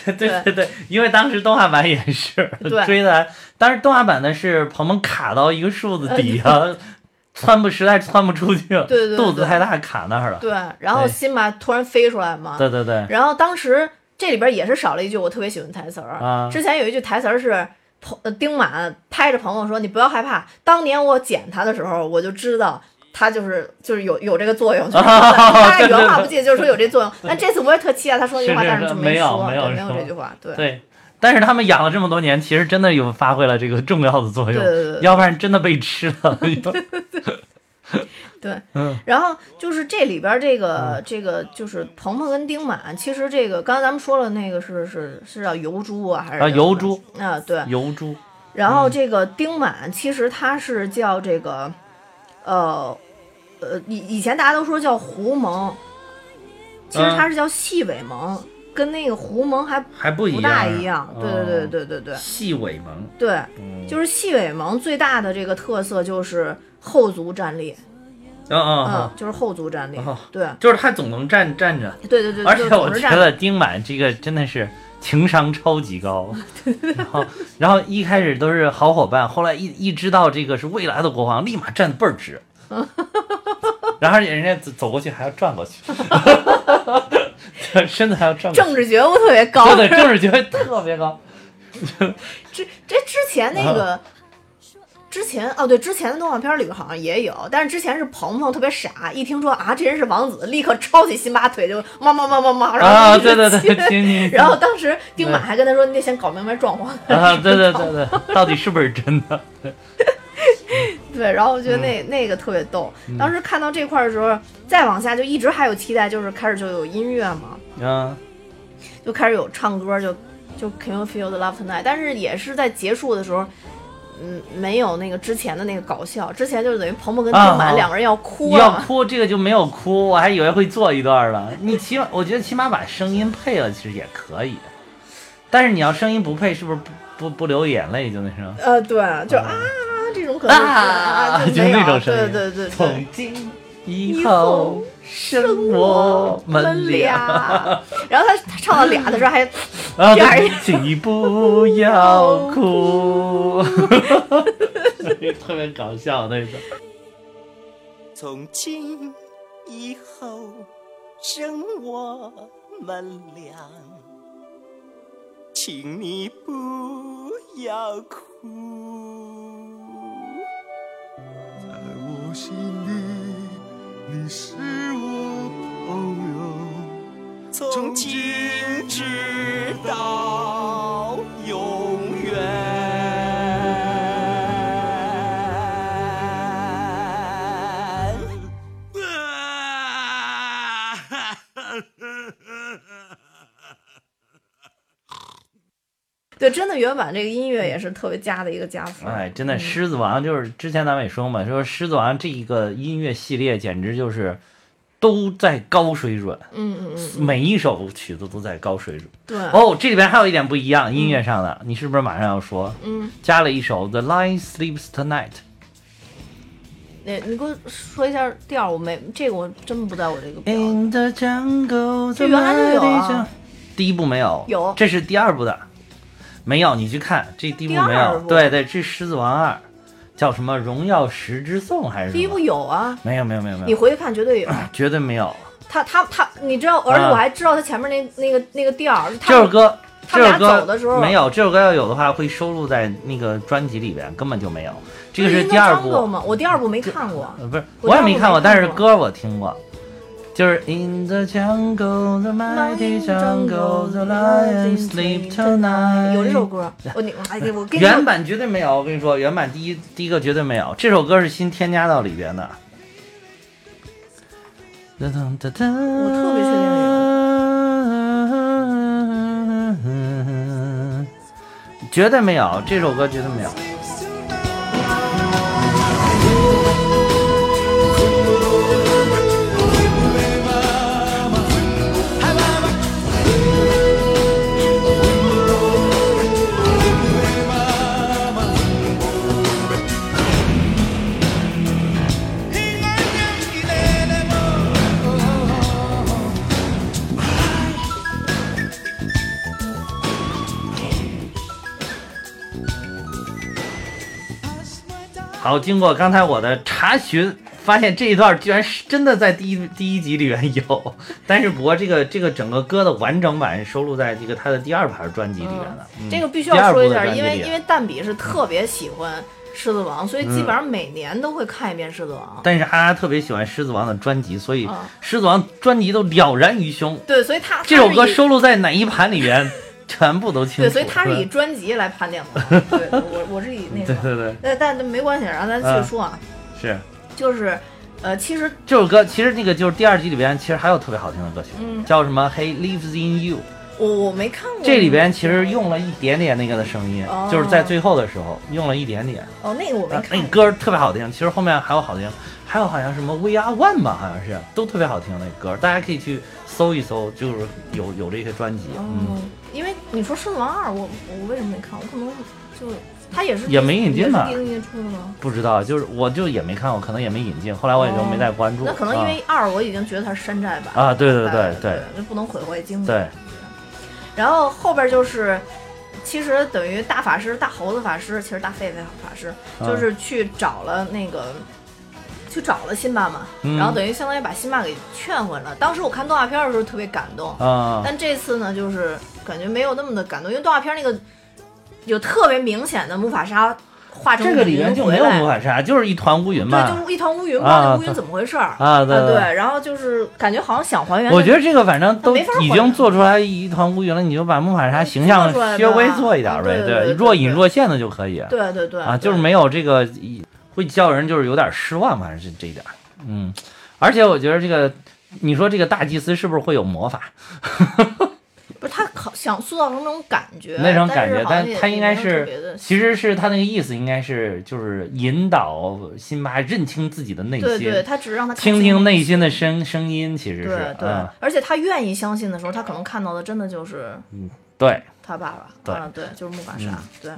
Speaker 1: 对对对对，因为当时动画版也是
Speaker 2: 对
Speaker 1: 追的，当时动画版的是鹏鹏卡到一个树子底下， 窜不实在窜不出去了，
Speaker 2: 呃对对对
Speaker 1: 肚子太大卡那儿了，
Speaker 2: 对，然后
Speaker 1: 对
Speaker 2: 辛巴突然飞出来嘛，
Speaker 1: 对对 对，
Speaker 2: 然后当时这里边也是少了一句我特别喜欢的台词儿，
Speaker 1: 啊
Speaker 2: 之前有一句台词儿是。彭呃丁满拍着鹏鹏说：“你不要害怕，当年我捡他的时候，我就知道他就是就是有有这个作用。 就是当然原话不记，就是说有这作用。但这次我也特期待他说那句话，
Speaker 1: 是是
Speaker 2: 但就没
Speaker 1: 没有
Speaker 2: 说，
Speaker 1: 没有
Speaker 2: 对没有
Speaker 1: 说
Speaker 2: 这句话。对
Speaker 1: 对。但是他们养了这么多年，其实真的有发挥了这个重要的作
Speaker 2: 对
Speaker 1: 用，
Speaker 2: 对对对
Speaker 1: 要不然真的被吃 了。
Speaker 2: 对，
Speaker 1: 嗯
Speaker 2: 然后就是这里边这个、这个就是鹏鹏跟丁满，其实这个刚才咱们说了那个是是是叫油猪啊还是
Speaker 1: 啊
Speaker 2: 叫
Speaker 1: 油
Speaker 2: 什么
Speaker 1: 猪
Speaker 2: 啊对，
Speaker 1: 油猪
Speaker 2: 然
Speaker 1: 嗯
Speaker 2: 后这个丁满其实他是叫这个呃呃以以前大家都说叫狐獴，其实
Speaker 1: 嗯
Speaker 2: 他是叫细尾獴，跟那个狐獴还
Speaker 1: 还不一
Speaker 2: 不大
Speaker 1: 样啊哦嗯
Speaker 2: 一样。对对对对对对
Speaker 1: 细尾萌，
Speaker 2: 对，就是细尾獴最大的这个特色就是后足站立，
Speaker 1: 嗯嗯
Speaker 2: 嗯
Speaker 1: 嗯，，
Speaker 2: 就是后足站立
Speaker 1: 哦。
Speaker 2: 对
Speaker 1: 就是它总能站站着，
Speaker 2: 对对对，
Speaker 1: 而
Speaker 2: 嗯就
Speaker 1: 且
Speaker 2: 是
Speaker 1: 我
Speaker 2: 总是
Speaker 1: 觉
Speaker 2: 站立
Speaker 1: 得丁满这个真的是情商超级 高，然后然后一开始都是好伙伴，后来一一知道这个是未来的国王，立马站得倍儿 直，然后而且人家走走过去还要转 过去，身子还要转过去，
Speaker 2: 政治觉悟特别高。
Speaker 1: 对的政治觉得特别高，
Speaker 2: 这这之前那个。
Speaker 1: 啊
Speaker 2: 之前哦，对，之前的动画片里边好像也有，但是之前是鹏鹏特别傻，一听说啊这人是王子，立刻抄起辛巴腿就妈妈妈妈妈，然后
Speaker 1: 啊
Speaker 2: 就一直
Speaker 1: 对对对
Speaker 2: 亲
Speaker 1: 亲亲
Speaker 2: 然后当时丁满还跟他说，你得先搞明白状况。
Speaker 1: 啊，对对对对，到底是不是真的？
Speaker 2: 对，然后我觉得那、
Speaker 1: 嗯
Speaker 2: 那个特别逗。当时看到这块儿的时候，再往下就一直还有期待，就是开始就有音乐嘛，
Speaker 1: 嗯，
Speaker 2: 就开始有唱歌，就就 Can You Feel the Love Tonight？但是也是在结束的时候，嗯，没有那个之前的那个搞笑，之前就是等于鹏鹏跟丁
Speaker 1: 啊
Speaker 2: 满
Speaker 1: 好
Speaker 2: 两个人要哭了
Speaker 1: 要
Speaker 2: 嘛。
Speaker 1: 哭这个就没有哭，我还以为会做一段了。你起码我觉得起码把声音配了，其实也可以。但是你要声音不配，是不是不不不流眼泪就那什么？
Speaker 2: 呃，对，就啊这种可能是啊，
Speaker 1: 就
Speaker 2: 没有
Speaker 1: 那种声音。
Speaker 2: 对对对对
Speaker 1: 从。今以
Speaker 2: 以
Speaker 1: 后
Speaker 2: 后
Speaker 1: 生我们俩，，
Speaker 2: 然后他他唱到俩的时候还，
Speaker 1: 啊，
Speaker 2: 这样
Speaker 1: 对请你不要哭，
Speaker 2: 哦
Speaker 1: 特别搞笑那种。
Speaker 7: 从今以后，生我们俩，请你不要哭。
Speaker 4: 在我心里，你是我朋友。
Speaker 7: 从今直到永远。
Speaker 2: 对，真的原版这个音乐也是特别加的一个加分。
Speaker 1: 哎，真的，《狮子王》就是之前咱们也说嘛，说《狮子王》这一个音乐系列简直就是都在高水准，
Speaker 2: 嗯嗯嗯，
Speaker 1: 每一首曲子都在高水准。
Speaker 2: 对，
Speaker 1: 哦，这里边还有一点不一样，音乐上的，你是不是马上要说？
Speaker 2: 嗯，
Speaker 1: 加了一首《The Lion Sleeps Tonight》。
Speaker 2: 那你给我说一下调儿，我没这个我真不在我这个表。
Speaker 1: In the jungle，
Speaker 2: 这原来就有啊
Speaker 1: 第一部没有，
Speaker 2: 有
Speaker 1: 这是第二部的，没有，你去看这第一部没
Speaker 2: 第二
Speaker 1: 有，
Speaker 2: 部
Speaker 1: 对对，这《狮子王二》叫什么《荣耀十之颂》还是什么？
Speaker 2: 第一部有啊，
Speaker 1: 没有没有没有没
Speaker 2: 你
Speaker 1: 有，
Speaker 2: 回去看绝对有。
Speaker 1: 绝对没有。
Speaker 2: 他他他，你知道，而且
Speaker 1: 啊
Speaker 2: 我还知道他前面那那个那个调儿，
Speaker 1: 这首歌，
Speaker 2: 他
Speaker 1: 这
Speaker 2: 们
Speaker 1: 首歌
Speaker 2: 俩走的时候
Speaker 1: 没有，这首歌要有的话会收录在那个专辑里边，根本就没有。
Speaker 2: 这
Speaker 1: 这个是第二部，
Speaker 2: 吗？我第二部没看过。
Speaker 1: 呃，不是，
Speaker 2: 我
Speaker 1: 我也
Speaker 2: 当时
Speaker 1: 没看过，
Speaker 2: 没看
Speaker 1: 但是
Speaker 2: 过
Speaker 1: 歌我听过，就是 In the jungle, the mighty jungle, the lion sleep tonight。
Speaker 2: 有这首。歌，我你哎，我跟你
Speaker 1: 原
Speaker 2: 说，
Speaker 1: 版绝对没有，我跟你说，原版第一第一个绝对没有，这首歌是新添加到里边的。我特
Speaker 2: 特别确定
Speaker 1: 定绝对没有，这首歌绝对没有。好，经过刚才我的查询，发现这一段居然是真的在第一第一集里面有，但是不过这个这个整个歌的完整版是收录在这个他的第二盘专辑里面的。嗯
Speaker 2: 这个必须要说一下，因为
Speaker 1: 第二部的专辑里
Speaker 2: 因为蛋比是特别喜欢《狮子王》，所以基本
Speaker 1: 嗯
Speaker 2: 上每年都会看一遍《狮子王》。
Speaker 1: 但是阿拉特别喜欢狮子王的专辑，所以
Speaker 2: 嗯
Speaker 1: 狮子王专辑都了然于胸。
Speaker 2: 对，所以他
Speaker 1: 这首
Speaker 2: 他
Speaker 1: 歌
Speaker 2: 是以
Speaker 1: 收录在哪一盘里 面，全部都清楚。
Speaker 2: 对，所以他是以专辑来判定 的。对，我我是以那
Speaker 1: 对
Speaker 2: 个，
Speaker 1: 对对，
Speaker 2: 但但没关系，然后咱
Speaker 1: 嗯
Speaker 2: 继续说啊，
Speaker 1: 是
Speaker 2: 就是呃，其实
Speaker 1: 这首歌其实那个就是第二集里边其实还有特别好听的歌曲，
Speaker 2: 嗯
Speaker 1: 叫什么《He Lives in You》。
Speaker 2: 我我没看过
Speaker 1: 这里边其实用了一点点那个的声音，
Speaker 2: 哦
Speaker 1: 就是在最后的时候用了一点点，哎
Speaker 2: 哦，那个我没
Speaker 1: 那
Speaker 2: 看
Speaker 1: 歌儿特别好听。其实后面还有好听，还有好像什么 We Are One 吧，好像是都特别好听那歌，大家可以去搜一搜，就是有有这些专辑，嗯，
Speaker 2: 嗯，因为你说《狮子王二》，我我为什么没看？我可能就它也是
Speaker 1: 也没引进
Speaker 2: 也是
Speaker 1: 吧
Speaker 2: 第一个月出的吗？
Speaker 1: 不知道，就是我就也没看过，可能也没引进，后来我也就没再关注。
Speaker 2: 哦那可能因为二我已经觉得它是山寨版
Speaker 1: 啊啊啊对对对
Speaker 2: 哎
Speaker 1: 对
Speaker 2: 对，就不能毁坏经典。
Speaker 1: 啊对，
Speaker 2: 然后后边就是，其实等于大法师、大猴子法师，其实大狒狒法师
Speaker 1: 嗯
Speaker 2: 就是去找了那个，去找了辛巴嘛，
Speaker 1: 嗯
Speaker 2: 然后等于相当于把辛巴给劝回来。当时我看动画片的时候特别感动，
Speaker 1: 啊，
Speaker 2: 但这次呢，就是感觉没有那么的感动，因为动画片那个有特别明显的木法沙化成
Speaker 1: 这个里面
Speaker 2: 云
Speaker 1: 就
Speaker 2: 回
Speaker 1: 没有
Speaker 2: 来
Speaker 1: 魔法沙，就是一团乌云嘛。
Speaker 2: 对，就是一团乌云，不知
Speaker 1: 啊
Speaker 2: 道那乌云
Speaker 1: 对
Speaker 2: 怎么回事儿
Speaker 1: 啊对对
Speaker 2: 对，然后就是感觉好像想还原，
Speaker 1: 我觉得这个反正都
Speaker 2: 没法
Speaker 1: 已
Speaker 2: 混
Speaker 1: 经做出来一团乌云了，你就把木法沙形象
Speaker 2: 做出来吧嗯
Speaker 1: 稍微做一点呗，
Speaker 2: 对对对对
Speaker 1: 若隐若现的就可以。
Speaker 2: 对对对
Speaker 1: 啊，就是没有这个会叫人就是有点失望，反正是这一点儿。嗯，而且我觉得这个，你说这个大祭司是不是会有魔法？
Speaker 2: 不是他好想塑造成那种感觉，
Speaker 1: 那种感觉，
Speaker 2: 但
Speaker 1: 但
Speaker 2: 是好像
Speaker 1: 他
Speaker 2: 也
Speaker 1: 应该
Speaker 2: 没有特
Speaker 1: 是
Speaker 2: 别的，
Speaker 1: 其实是他那个意思，应该是就是引导辛巴认清自己的内心，
Speaker 2: 对对，他只是让他看
Speaker 1: 听
Speaker 2: 清
Speaker 1: 听内心的声声音，其实
Speaker 2: 对
Speaker 1: 是，
Speaker 2: 对
Speaker 1: 嗯，
Speaker 2: 而且他愿意相信的时候，他可能看到的真的就是
Speaker 1: 对，
Speaker 2: 他爸爸，
Speaker 1: 对嗯
Speaker 2: 啊，对，就是木法沙，对。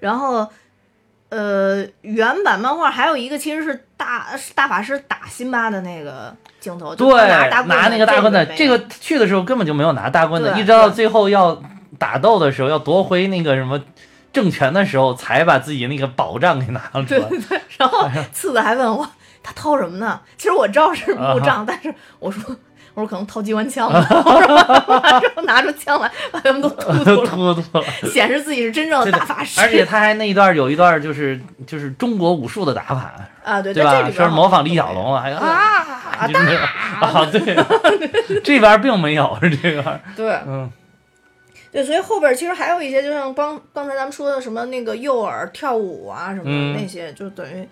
Speaker 2: 然后，呃，原版漫画还有一个其实是大是大法师打辛巴的那个镜头，就
Speaker 1: 对
Speaker 2: 他拿着大，
Speaker 1: 拿那个大
Speaker 2: 棍
Speaker 1: 棍
Speaker 2: 子
Speaker 1: 子，
Speaker 2: 没有，
Speaker 1: 这个去的时候根本就没有拿大棍子，
Speaker 2: 对
Speaker 1: 一直到
Speaker 2: 对
Speaker 1: 最后要打斗的时候，要夺回那个什么政权的时候，才把自己那个宝杖给拿出 来。
Speaker 2: 然后次子还问我他掏什么呢？其实我知道
Speaker 1: 啊
Speaker 2: 是木杖，但是我说我说可能掏机关枪吧，然后拿出枪来把 他们都突突
Speaker 1: 突
Speaker 2: 了，
Speaker 1: 突突了，
Speaker 2: 显示自己 是真正的
Speaker 1: 对的
Speaker 2: 大法师。
Speaker 1: 而且他还那一段有一段就是就是中国武术的打法，
Speaker 2: 啊，对，
Speaker 1: 对
Speaker 2: 在这
Speaker 1: 吧？
Speaker 2: 里
Speaker 1: 说
Speaker 2: 边
Speaker 1: 是模仿李小龙了，还有啊
Speaker 2: 啊，
Speaker 1: 就是没有啊，对， 这边并没有是这边，
Speaker 2: 对，
Speaker 1: 嗯，
Speaker 2: 对，所以后边其实还有一些，就像刚刚才咱们说的什么那个诱饵跳舞啊什么的、
Speaker 1: 嗯
Speaker 2: 那些，就等于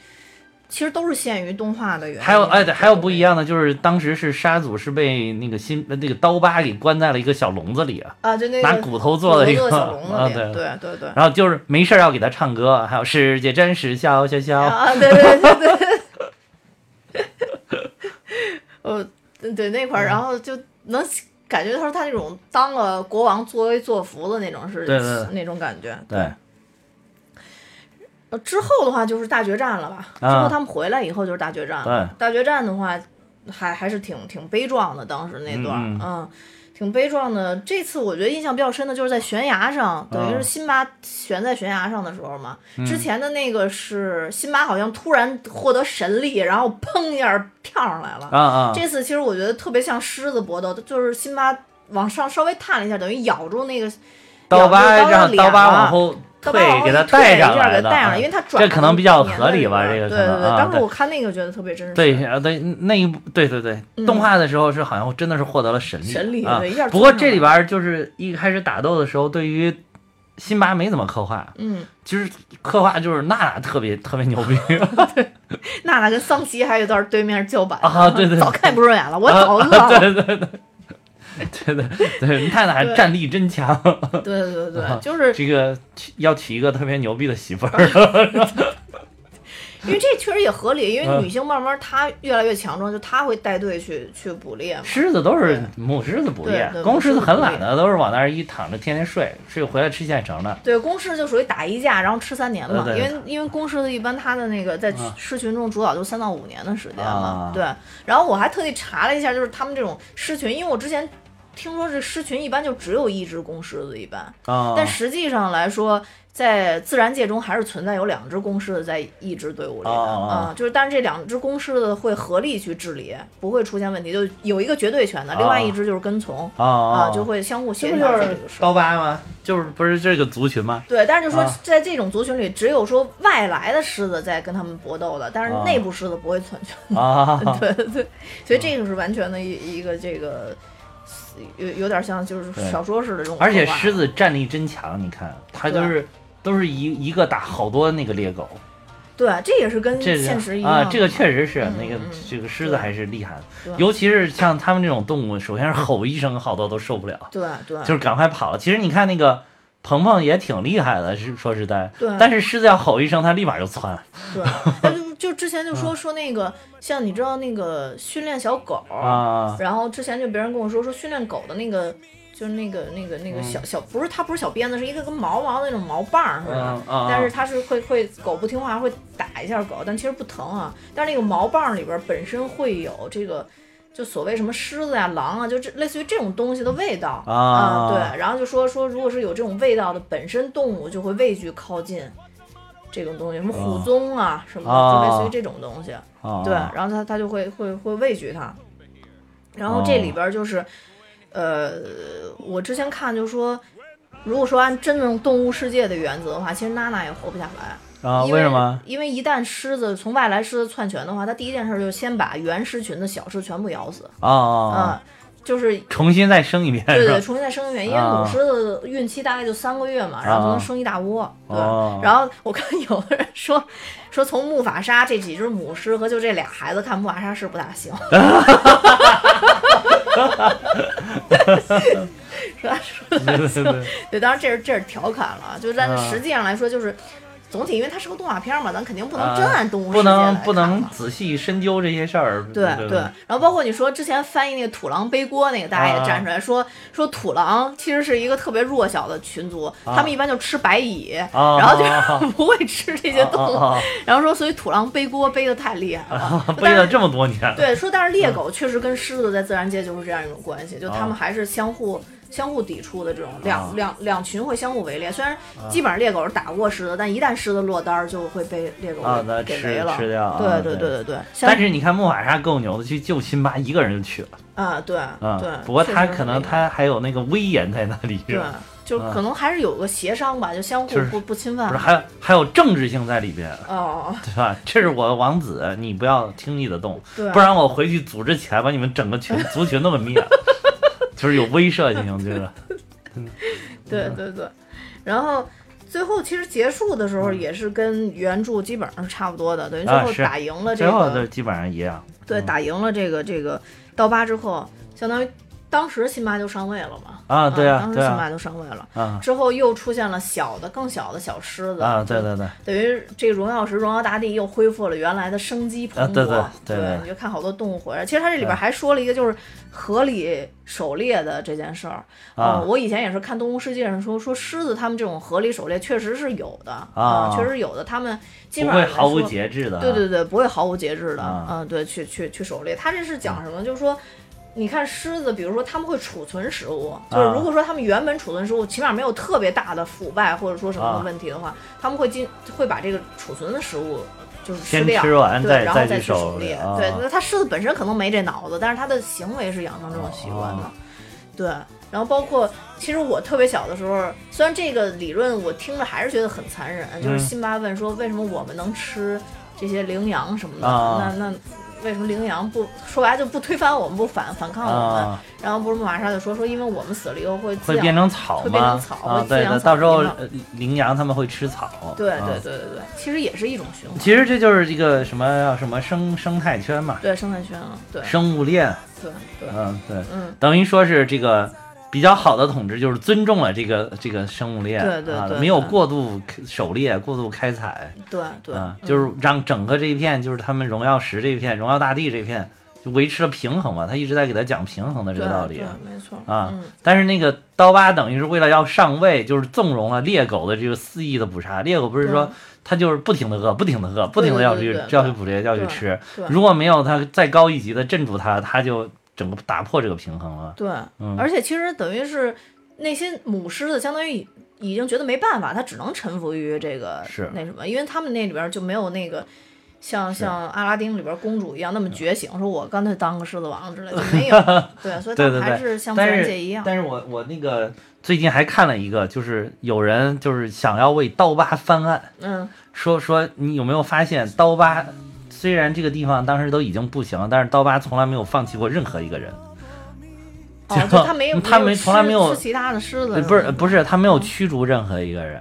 Speaker 2: 其实都是限于动画的原因。
Speaker 1: 还有哎，对，还有不一样的就是当时是沙祖是被那个新那个刀疤给关在了一个小笼子里啊，
Speaker 2: 啊，就那个
Speaker 1: 拿骨头做的一个
Speaker 2: 小笼子里、
Speaker 1: 啊
Speaker 2: 对
Speaker 1: 对
Speaker 2: 对对。
Speaker 1: 然后就是没事儿要给他唱歌，还有世界真是笑笑笑，
Speaker 2: 啊，对对对对对， 呃，对对那块儿，
Speaker 1: 嗯
Speaker 2: 然后就能感觉到他那种当了国王作威作福的那种是
Speaker 1: 对对对
Speaker 2: 那种感觉。
Speaker 1: 对，啊
Speaker 2: 呃之后的话就是大决战了吧？
Speaker 1: 啊
Speaker 2: 之后他们回来以后就是大决战了。
Speaker 1: 对
Speaker 2: 大决战的话，还还是挺挺悲壮的，当时那段儿，
Speaker 1: 嗯
Speaker 2: 嗯挺悲壮的。这次我觉得印象比较深的就是在悬崖上，等于
Speaker 1: 啊
Speaker 2: 是辛巴悬在悬崖上的时候嘛。
Speaker 1: 嗯
Speaker 2: 之前的那个是辛巴好像突然获得神力，然后砰一下跳上来了。
Speaker 1: 啊啊，
Speaker 2: 这次其实我觉得特别像狮子搏斗，就是辛巴往上稍微探了一下，等于咬住那个
Speaker 1: 刀疤
Speaker 2: 咬住
Speaker 1: 让
Speaker 2: 脸
Speaker 1: 刀疤
Speaker 2: 了
Speaker 1: 往后
Speaker 2: 他把
Speaker 1: 退，
Speaker 2: 我
Speaker 1: 给他
Speaker 2: 一退
Speaker 1: 带上
Speaker 2: 一下
Speaker 1: 来
Speaker 2: 给
Speaker 1: 的
Speaker 2: 他带上
Speaker 1: 啊，
Speaker 2: 来，因为他转
Speaker 1: 这可能比较合理吧，
Speaker 2: 粘在里边儿对
Speaker 1: 这个可
Speaker 2: 对
Speaker 1: 能
Speaker 2: 对，
Speaker 1: 啊
Speaker 2: 当时我看那个觉得特别真实，
Speaker 1: 对啊，对那一部，对对对，动画的时候是好像真的是获得了神力，
Speaker 2: 嗯神力
Speaker 1: 啊
Speaker 2: 对一下。
Speaker 1: 不过这里边儿就是一开始打斗的时候，对于辛巴没怎么刻画，
Speaker 2: 嗯，
Speaker 1: 其实刻画就是娜娜特别特别牛逼
Speaker 2: 娜娜跟桑奇还有一段对面叫板
Speaker 1: 啊，对对 对
Speaker 2: 早看不顺眼了，我早饿
Speaker 1: 啊
Speaker 2: 了，
Speaker 1: 对对对对对对，娜娜战力真强，
Speaker 2: 对 对对对，
Speaker 1: 啊
Speaker 2: 就是
Speaker 1: 这个娶要娶一个特别牛逼的媳妇儿，
Speaker 2: 因为这确实也合理，因为
Speaker 1: 嗯
Speaker 2: 女性慢慢她越来越强壮，就她会带队去去捕猎嘛，
Speaker 1: 狮子都是母狮子捕猎
Speaker 2: 对对，
Speaker 1: 公狮
Speaker 2: 母狮子
Speaker 1: 子很
Speaker 2: 捕
Speaker 1: 懒
Speaker 2: 猎
Speaker 1: 的，都是往那儿一躺着，天天睡，睡回来吃现成的。
Speaker 2: 对，公狮就属于打一架，然后吃三年嘛，
Speaker 1: 呃对
Speaker 2: 因
Speaker 1: 对
Speaker 2: 为因为公狮子一般它的那个在
Speaker 1: 啊
Speaker 2: 狮群中主导就三到五年的时间嘛，
Speaker 1: 啊
Speaker 2: 对。然后我还特地查了一下，就是他们这种狮群，因为我之前听说这狮群一般就只有一只公狮子一般，
Speaker 1: 啊，
Speaker 2: 但实际上来说，在自然界中还是存在有两只公狮子在一支队伍里的
Speaker 1: 哦哦哦
Speaker 2: 啊、就是但是这两只公狮子会合力去治理，不会出现问题，就有一个绝对权的，另外一只就是跟从。
Speaker 1: 啊
Speaker 2: 啊，
Speaker 1: 啊
Speaker 2: 就会相互
Speaker 1: 这
Speaker 2: 协
Speaker 1: 不
Speaker 2: 调
Speaker 1: 就
Speaker 2: 这
Speaker 1: 是
Speaker 2: 个事儿。
Speaker 1: 刀疤吗？就是不是这个族群吗？
Speaker 2: 对，但是就说
Speaker 1: 啊
Speaker 2: 在这种族群里，只有说外来的狮子在跟他们搏斗的，但是
Speaker 1: 啊
Speaker 2: 内部狮子不会存在。
Speaker 1: 啊，
Speaker 2: 对对，所以这个是完全的一一个这个有有点像就是
Speaker 1: 对
Speaker 2: 小说式的这种刻画。
Speaker 1: 而且狮子战力真强，你看它
Speaker 2: 对
Speaker 1: 都是都是一一个打好多那个猎狗，
Speaker 2: 对，这也是跟
Speaker 1: 这
Speaker 2: 嗯现实一
Speaker 1: 是
Speaker 2: 样的。
Speaker 1: 啊，这个确实是
Speaker 2: 嗯
Speaker 1: 那个
Speaker 2: 嗯
Speaker 1: 这个狮子
Speaker 2: 对
Speaker 1: 还是厉害的
Speaker 2: 对，
Speaker 1: 尤其是像它们这种动物，首先是吼一声好多都受不了，
Speaker 2: 对对，
Speaker 1: 就是赶快跑了。其实你看那个。鹏鹏也挺厉害的，是说实在
Speaker 2: 对，
Speaker 1: 但是狮子要吼一声，它立马就窜了。
Speaker 2: 对，那就就之
Speaker 1: 嗯
Speaker 2: 前就说说那个，像你知道那个训练小狗，
Speaker 1: 啊，
Speaker 2: 然后之前就别人跟我说说训练狗的那个，就是那个那个那
Speaker 1: 嗯
Speaker 2: 个小小不是它不是小鞭子，是一个跟毛毛那种毛棒儿似的
Speaker 1: 嗯，嗯
Speaker 2: 但是它是会会狗不听话会打一下狗，但其实不疼啊。但是那个毛棒儿里边儿本身会有这个。就所谓什么狮子呀、狼啊，就这类似于这种东西的味道
Speaker 1: 啊
Speaker 2: 嗯对，然后就说说，如果是有这种味道的本身动物就会畏惧靠近这种东西，什么虎鬃啊什么的，就类似于这种东西。
Speaker 1: 啊
Speaker 2: 对，然后他他就会会会畏惧它。然后
Speaker 1: 哦
Speaker 2: 这里边儿就是，呃，我之前看就说，如果说按真正动物世界的原则的话，其实娜娜也活不下来。
Speaker 1: 啊，
Speaker 2: 因
Speaker 1: 为什么？？
Speaker 2: 因为一旦狮子从外来狮子篡权的话，它第一件事就是先把原狮群的小狮全部咬死。
Speaker 1: 啊啊，啊
Speaker 2: 嗯，就是
Speaker 1: 重新再生一遍
Speaker 2: 对
Speaker 1: 是
Speaker 2: 对，
Speaker 1: 吧？
Speaker 2: 重新再生一遍，因为
Speaker 1: 啊
Speaker 2: 母狮子孕期大概就三个月嘛，然后就能生一大窝。对
Speaker 1: 哦，
Speaker 2: 然后我看有的人说说从木法沙这几只母狮和就这俩孩子看木法沙是不大行， 是吧？ 是吧
Speaker 1: 对对对，
Speaker 2: 对，当然这是这是调侃了，就但
Speaker 1: 啊
Speaker 2: 是实际上来说就是。总体因为它是个动画片嘛，咱肯定不能真
Speaker 1: 啊
Speaker 2: 按动物世
Speaker 1: 不
Speaker 2: 界来看
Speaker 1: 能
Speaker 2: 嘛
Speaker 1: 不能仔细深究这些事儿。
Speaker 2: 对
Speaker 1: 对
Speaker 2: 对，然后包括你说之前翻译那个土狼背锅那个，大家
Speaker 1: 啊
Speaker 2: 也站出来说、说土狼其实是一个特别弱小的群族，他们一般就吃白蚁，
Speaker 1: 啊
Speaker 2: 然后就、
Speaker 1: 啊啊
Speaker 2: 不会吃这些动物，
Speaker 1: 啊啊啊
Speaker 2: 然后说所以土狼背锅背的太厉害了，
Speaker 1: 背嗯
Speaker 2: 但
Speaker 1: 了
Speaker 2: 是
Speaker 1: 这么多年，
Speaker 2: 对，说但是猎狗确实跟狮子在自然界就是这样一种关系，就
Speaker 1: 啊
Speaker 2: 他们还是相互相互抵触的这种，两两两群会相互围猎。虽然
Speaker 1: 啊
Speaker 2: 基本上猎狗是打不过狮子，但一旦狮子落单儿，就会被猎狗
Speaker 1: 啊那
Speaker 2: 给
Speaker 1: 吃
Speaker 2: 围了，
Speaker 1: 吃掉啊
Speaker 2: 对
Speaker 1: 对
Speaker 2: 对对对对。像
Speaker 1: 但是你看木法沙够牛的，去救辛巴一个人就去了。
Speaker 2: 啊，对
Speaker 1: 啊，
Speaker 2: 对，
Speaker 1: 不过
Speaker 2: 确
Speaker 1: 他
Speaker 2: 实
Speaker 1: 可能
Speaker 2: 那个
Speaker 1: 他还有那个威严在那里，
Speaker 2: 对，就
Speaker 1: 啊
Speaker 2: 可能还是有个协商吧，就相互
Speaker 1: 就是
Speaker 2: 不不侵
Speaker 1: 不是
Speaker 2: 犯。
Speaker 1: 还有还有政治性在里边，
Speaker 2: 哦，
Speaker 1: 对吧？这是我的王子，你不要轻易的动，
Speaker 2: 对
Speaker 1: 不然我回去组织起来把你们整个群 族群都给灭了，就是有威 慑性，就是
Speaker 2: 对对对，然后。最后其实结束的时候也是跟原著基本上是差不多的，等于最
Speaker 1: 嗯啊
Speaker 2: 后
Speaker 1: 是
Speaker 2: 打赢了这
Speaker 1: 最
Speaker 2: 个。
Speaker 1: 后就嗯基本上一样。
Speaker 2: 对，打赢了这个这个刀疤之后，相当于当时辛巴就上位了嘛。
Speaker 1: 啊对啊
Speaker 2: 当时
Speaker 1: 对啊
Speaker 2: 辛巴就上位了。
Speaker 1: 啊
Speaker 2: 之后又出现了小的、更小的小狮子
Speaker 1: 啊，对对对，
Speaker 2: 等于这个荣耀石、荣耀大地又恢复了原来的生机蓬勃。
Speaker 1: 啊对对
Speaker 2: 对
Speaker 1: 对对
Speaker 2: 你就看好多动物回来。其实它这里边
Speaker 1: 对
Speaker 2: 还说了一个就是合理狩猎的这件事儿。
Speaker 1: 啊
Speaker 2: 呃我以前也是看《动物世界》上说，说狮子它们这种合理狩猎确实是有的啊、
Speaker 1: 啊
Speaker 2: 确实有的，它们基
Speaker 1: 不
Speaker 2: 本上
Speaker 1: 会毫无
Speaker 2: 来说
Speaker 1: 节制的啊。
Speaker 2: 对对对，不会毫无节制的，
Speaker 1: 啊
Speaker 2: 嗯，对，去去去狩猎。他这是讲什么？就是说，你看狮子，比如说他们会储存食物，
Speaker 1: 啊
Speaker 2: 就是如果说他们原本储存食物，起码没有特别大的腐败或者说什么
Speaker 1: 啊
Speaker 2: 的问题的话，他们会进会把这个储存的食物。就是
Speaker 1: 先
Speaker 2: 掉，
Speaker 1: 吃完
Speaker 2: 对，
Speaker 1: 再
Speaker 2: 然后
Speaker 1: 再
Speaker 2: 再
Speaker 1: 去狩
Speaker 2: 狩
Speaker 1: 猎
Speaker 2: 猎。
Speaker 1: 啊
Speaker 2: 对，那它狮子本身可能没这脑子，但是它的行为是养成这种习惯的。
Speaker 1: 啊
Speaker 2: 对，然后包括其实我特别小的时候，虽然这个理论我听着还是觉得很残忍，
Speaker 1: 嗯
Speaker 2: 就是辛巴问说为什么我们能吃这些羚羊什么的，
Speaker 1: 啊
Speaker 2: 那那为什么羚羊不说白了就不推翻我们，不反反抗我们？
Speaker 1: 啊，
Speaker 2: 然后不是玛莎就说说因为我们死了以后会滋
Speaker 1: 会
Speaker 2: 养
Speaker 1: 变成草
Speaker 2: 会变
Speaker 1: 吗
Speaker 2: 成？草
Speaker 1: 啊，
Speaker 2: 会
Speaker 1: 对
Speaker 2: 滋养
Speaker 1: 对，
Speaker 2: 草
Speaker 1: 到时候
Speaker 2: 地嘛
Speaker 1: 呃羚羊他们会吃草。
Speaker 2: 对
Speaker 1: 啊
Speaker 2: 对对对对，其实也是一种循环，
Speaker 1: 其实这就是一个什么叫什么生生态圈嘛，
Speaker 2: 对生态圈啊，对
Speaker 1: 生物链。
Speaker 2: 对对，
Speaker 1: 嗯，对，
Speaker 2: 嗯，
Speaker 1: 等于说是这个比较好的统治，就是尊重了这个这个生物链，
Speaker 2: 对对
Speaker 1: 啊
Speaker 2: 对
Speaker 1: 没有
Speaker 2: 对
Speaker 1: 过度狩猎、过度开采，
Speaker 2: 对对
Speaker 1: 啊，，
Speaker 2: 嗯
Speaker 1: 就是让整个这一片，就是他们荣耀石这一片、荣耀大地这一片，就维持了平衡嘛。他一直在给他讲平衡的这
Speaker 2: 对
Speaker 1: 个道理
Speaker 2: 对
Speaker 1: 啊，
Speaker 2: 没错
Speaker 1: 啊
Speaker 2: 嗯
Speaker 1: 但是那个刀疤等于是为了要上位，就是纵容了猎狗的这个肆意的捕杀。猎狗不是说
Speaker 2: 对
Speaker 1: 它就是不停的饿，不停的饿，不停的要
Speaker 2: 对
Speaker 1: 去
Speaker 2: 对对
Speaker 1: 要去捕猎，要去
Speaker 2: 对
Speaker 1: 吃。
Speaker 2: 对
Speaker 1: 如果没有它再高一级的镇住它，它就整个打破这个平衡了。
Speaker 2: 对，
Speaker 1: 嗯
Speaker 2: 而且其实等于是那些母狮子，相当于已已经觉得没办法，它只能臣服于这个
Speaker 1: 是
Speaker 2: 那什么，因为他们那里边就没有那个。像像阿拉丁里边公主一样那
Speaker 1: 嗯
Speaker 2: 么觉醒，说我干脆当个狮子王之类的，没 有。对，所以他
Speaker 1: 对对
Speaker 2: 们还
Speaker 1: 对，
Speaker 2: 是像自
Speaker 1: 但
Speaker 2: 然
Speaker 1: 是
Speaker 2: 界一样。
Speaker 1: 但是我我那个最近还看了一个，就是有人就是想要为刀疤翻案，
Speaker 2: 嗯，
Speaker 1: 说说你有没有发现刀疤虽然这个地方当时都已经不行了，但是刀疤从来没有放弃过任何一个人。
Speaker 2: 哦，
Speaker 1: 就
Speaker 2: 就他 没有，
Speaker 1: 他没
Speaker 2: 没
Speaker 1: 从来没有
Speaker 2: 吃吃其他的狮
Speaker 1: 呃
Speaker 2: 子，
Speaker 1: 不是
Speaker 2: 吧
Speaker 1: 不是，他没有驱逐任何一个人，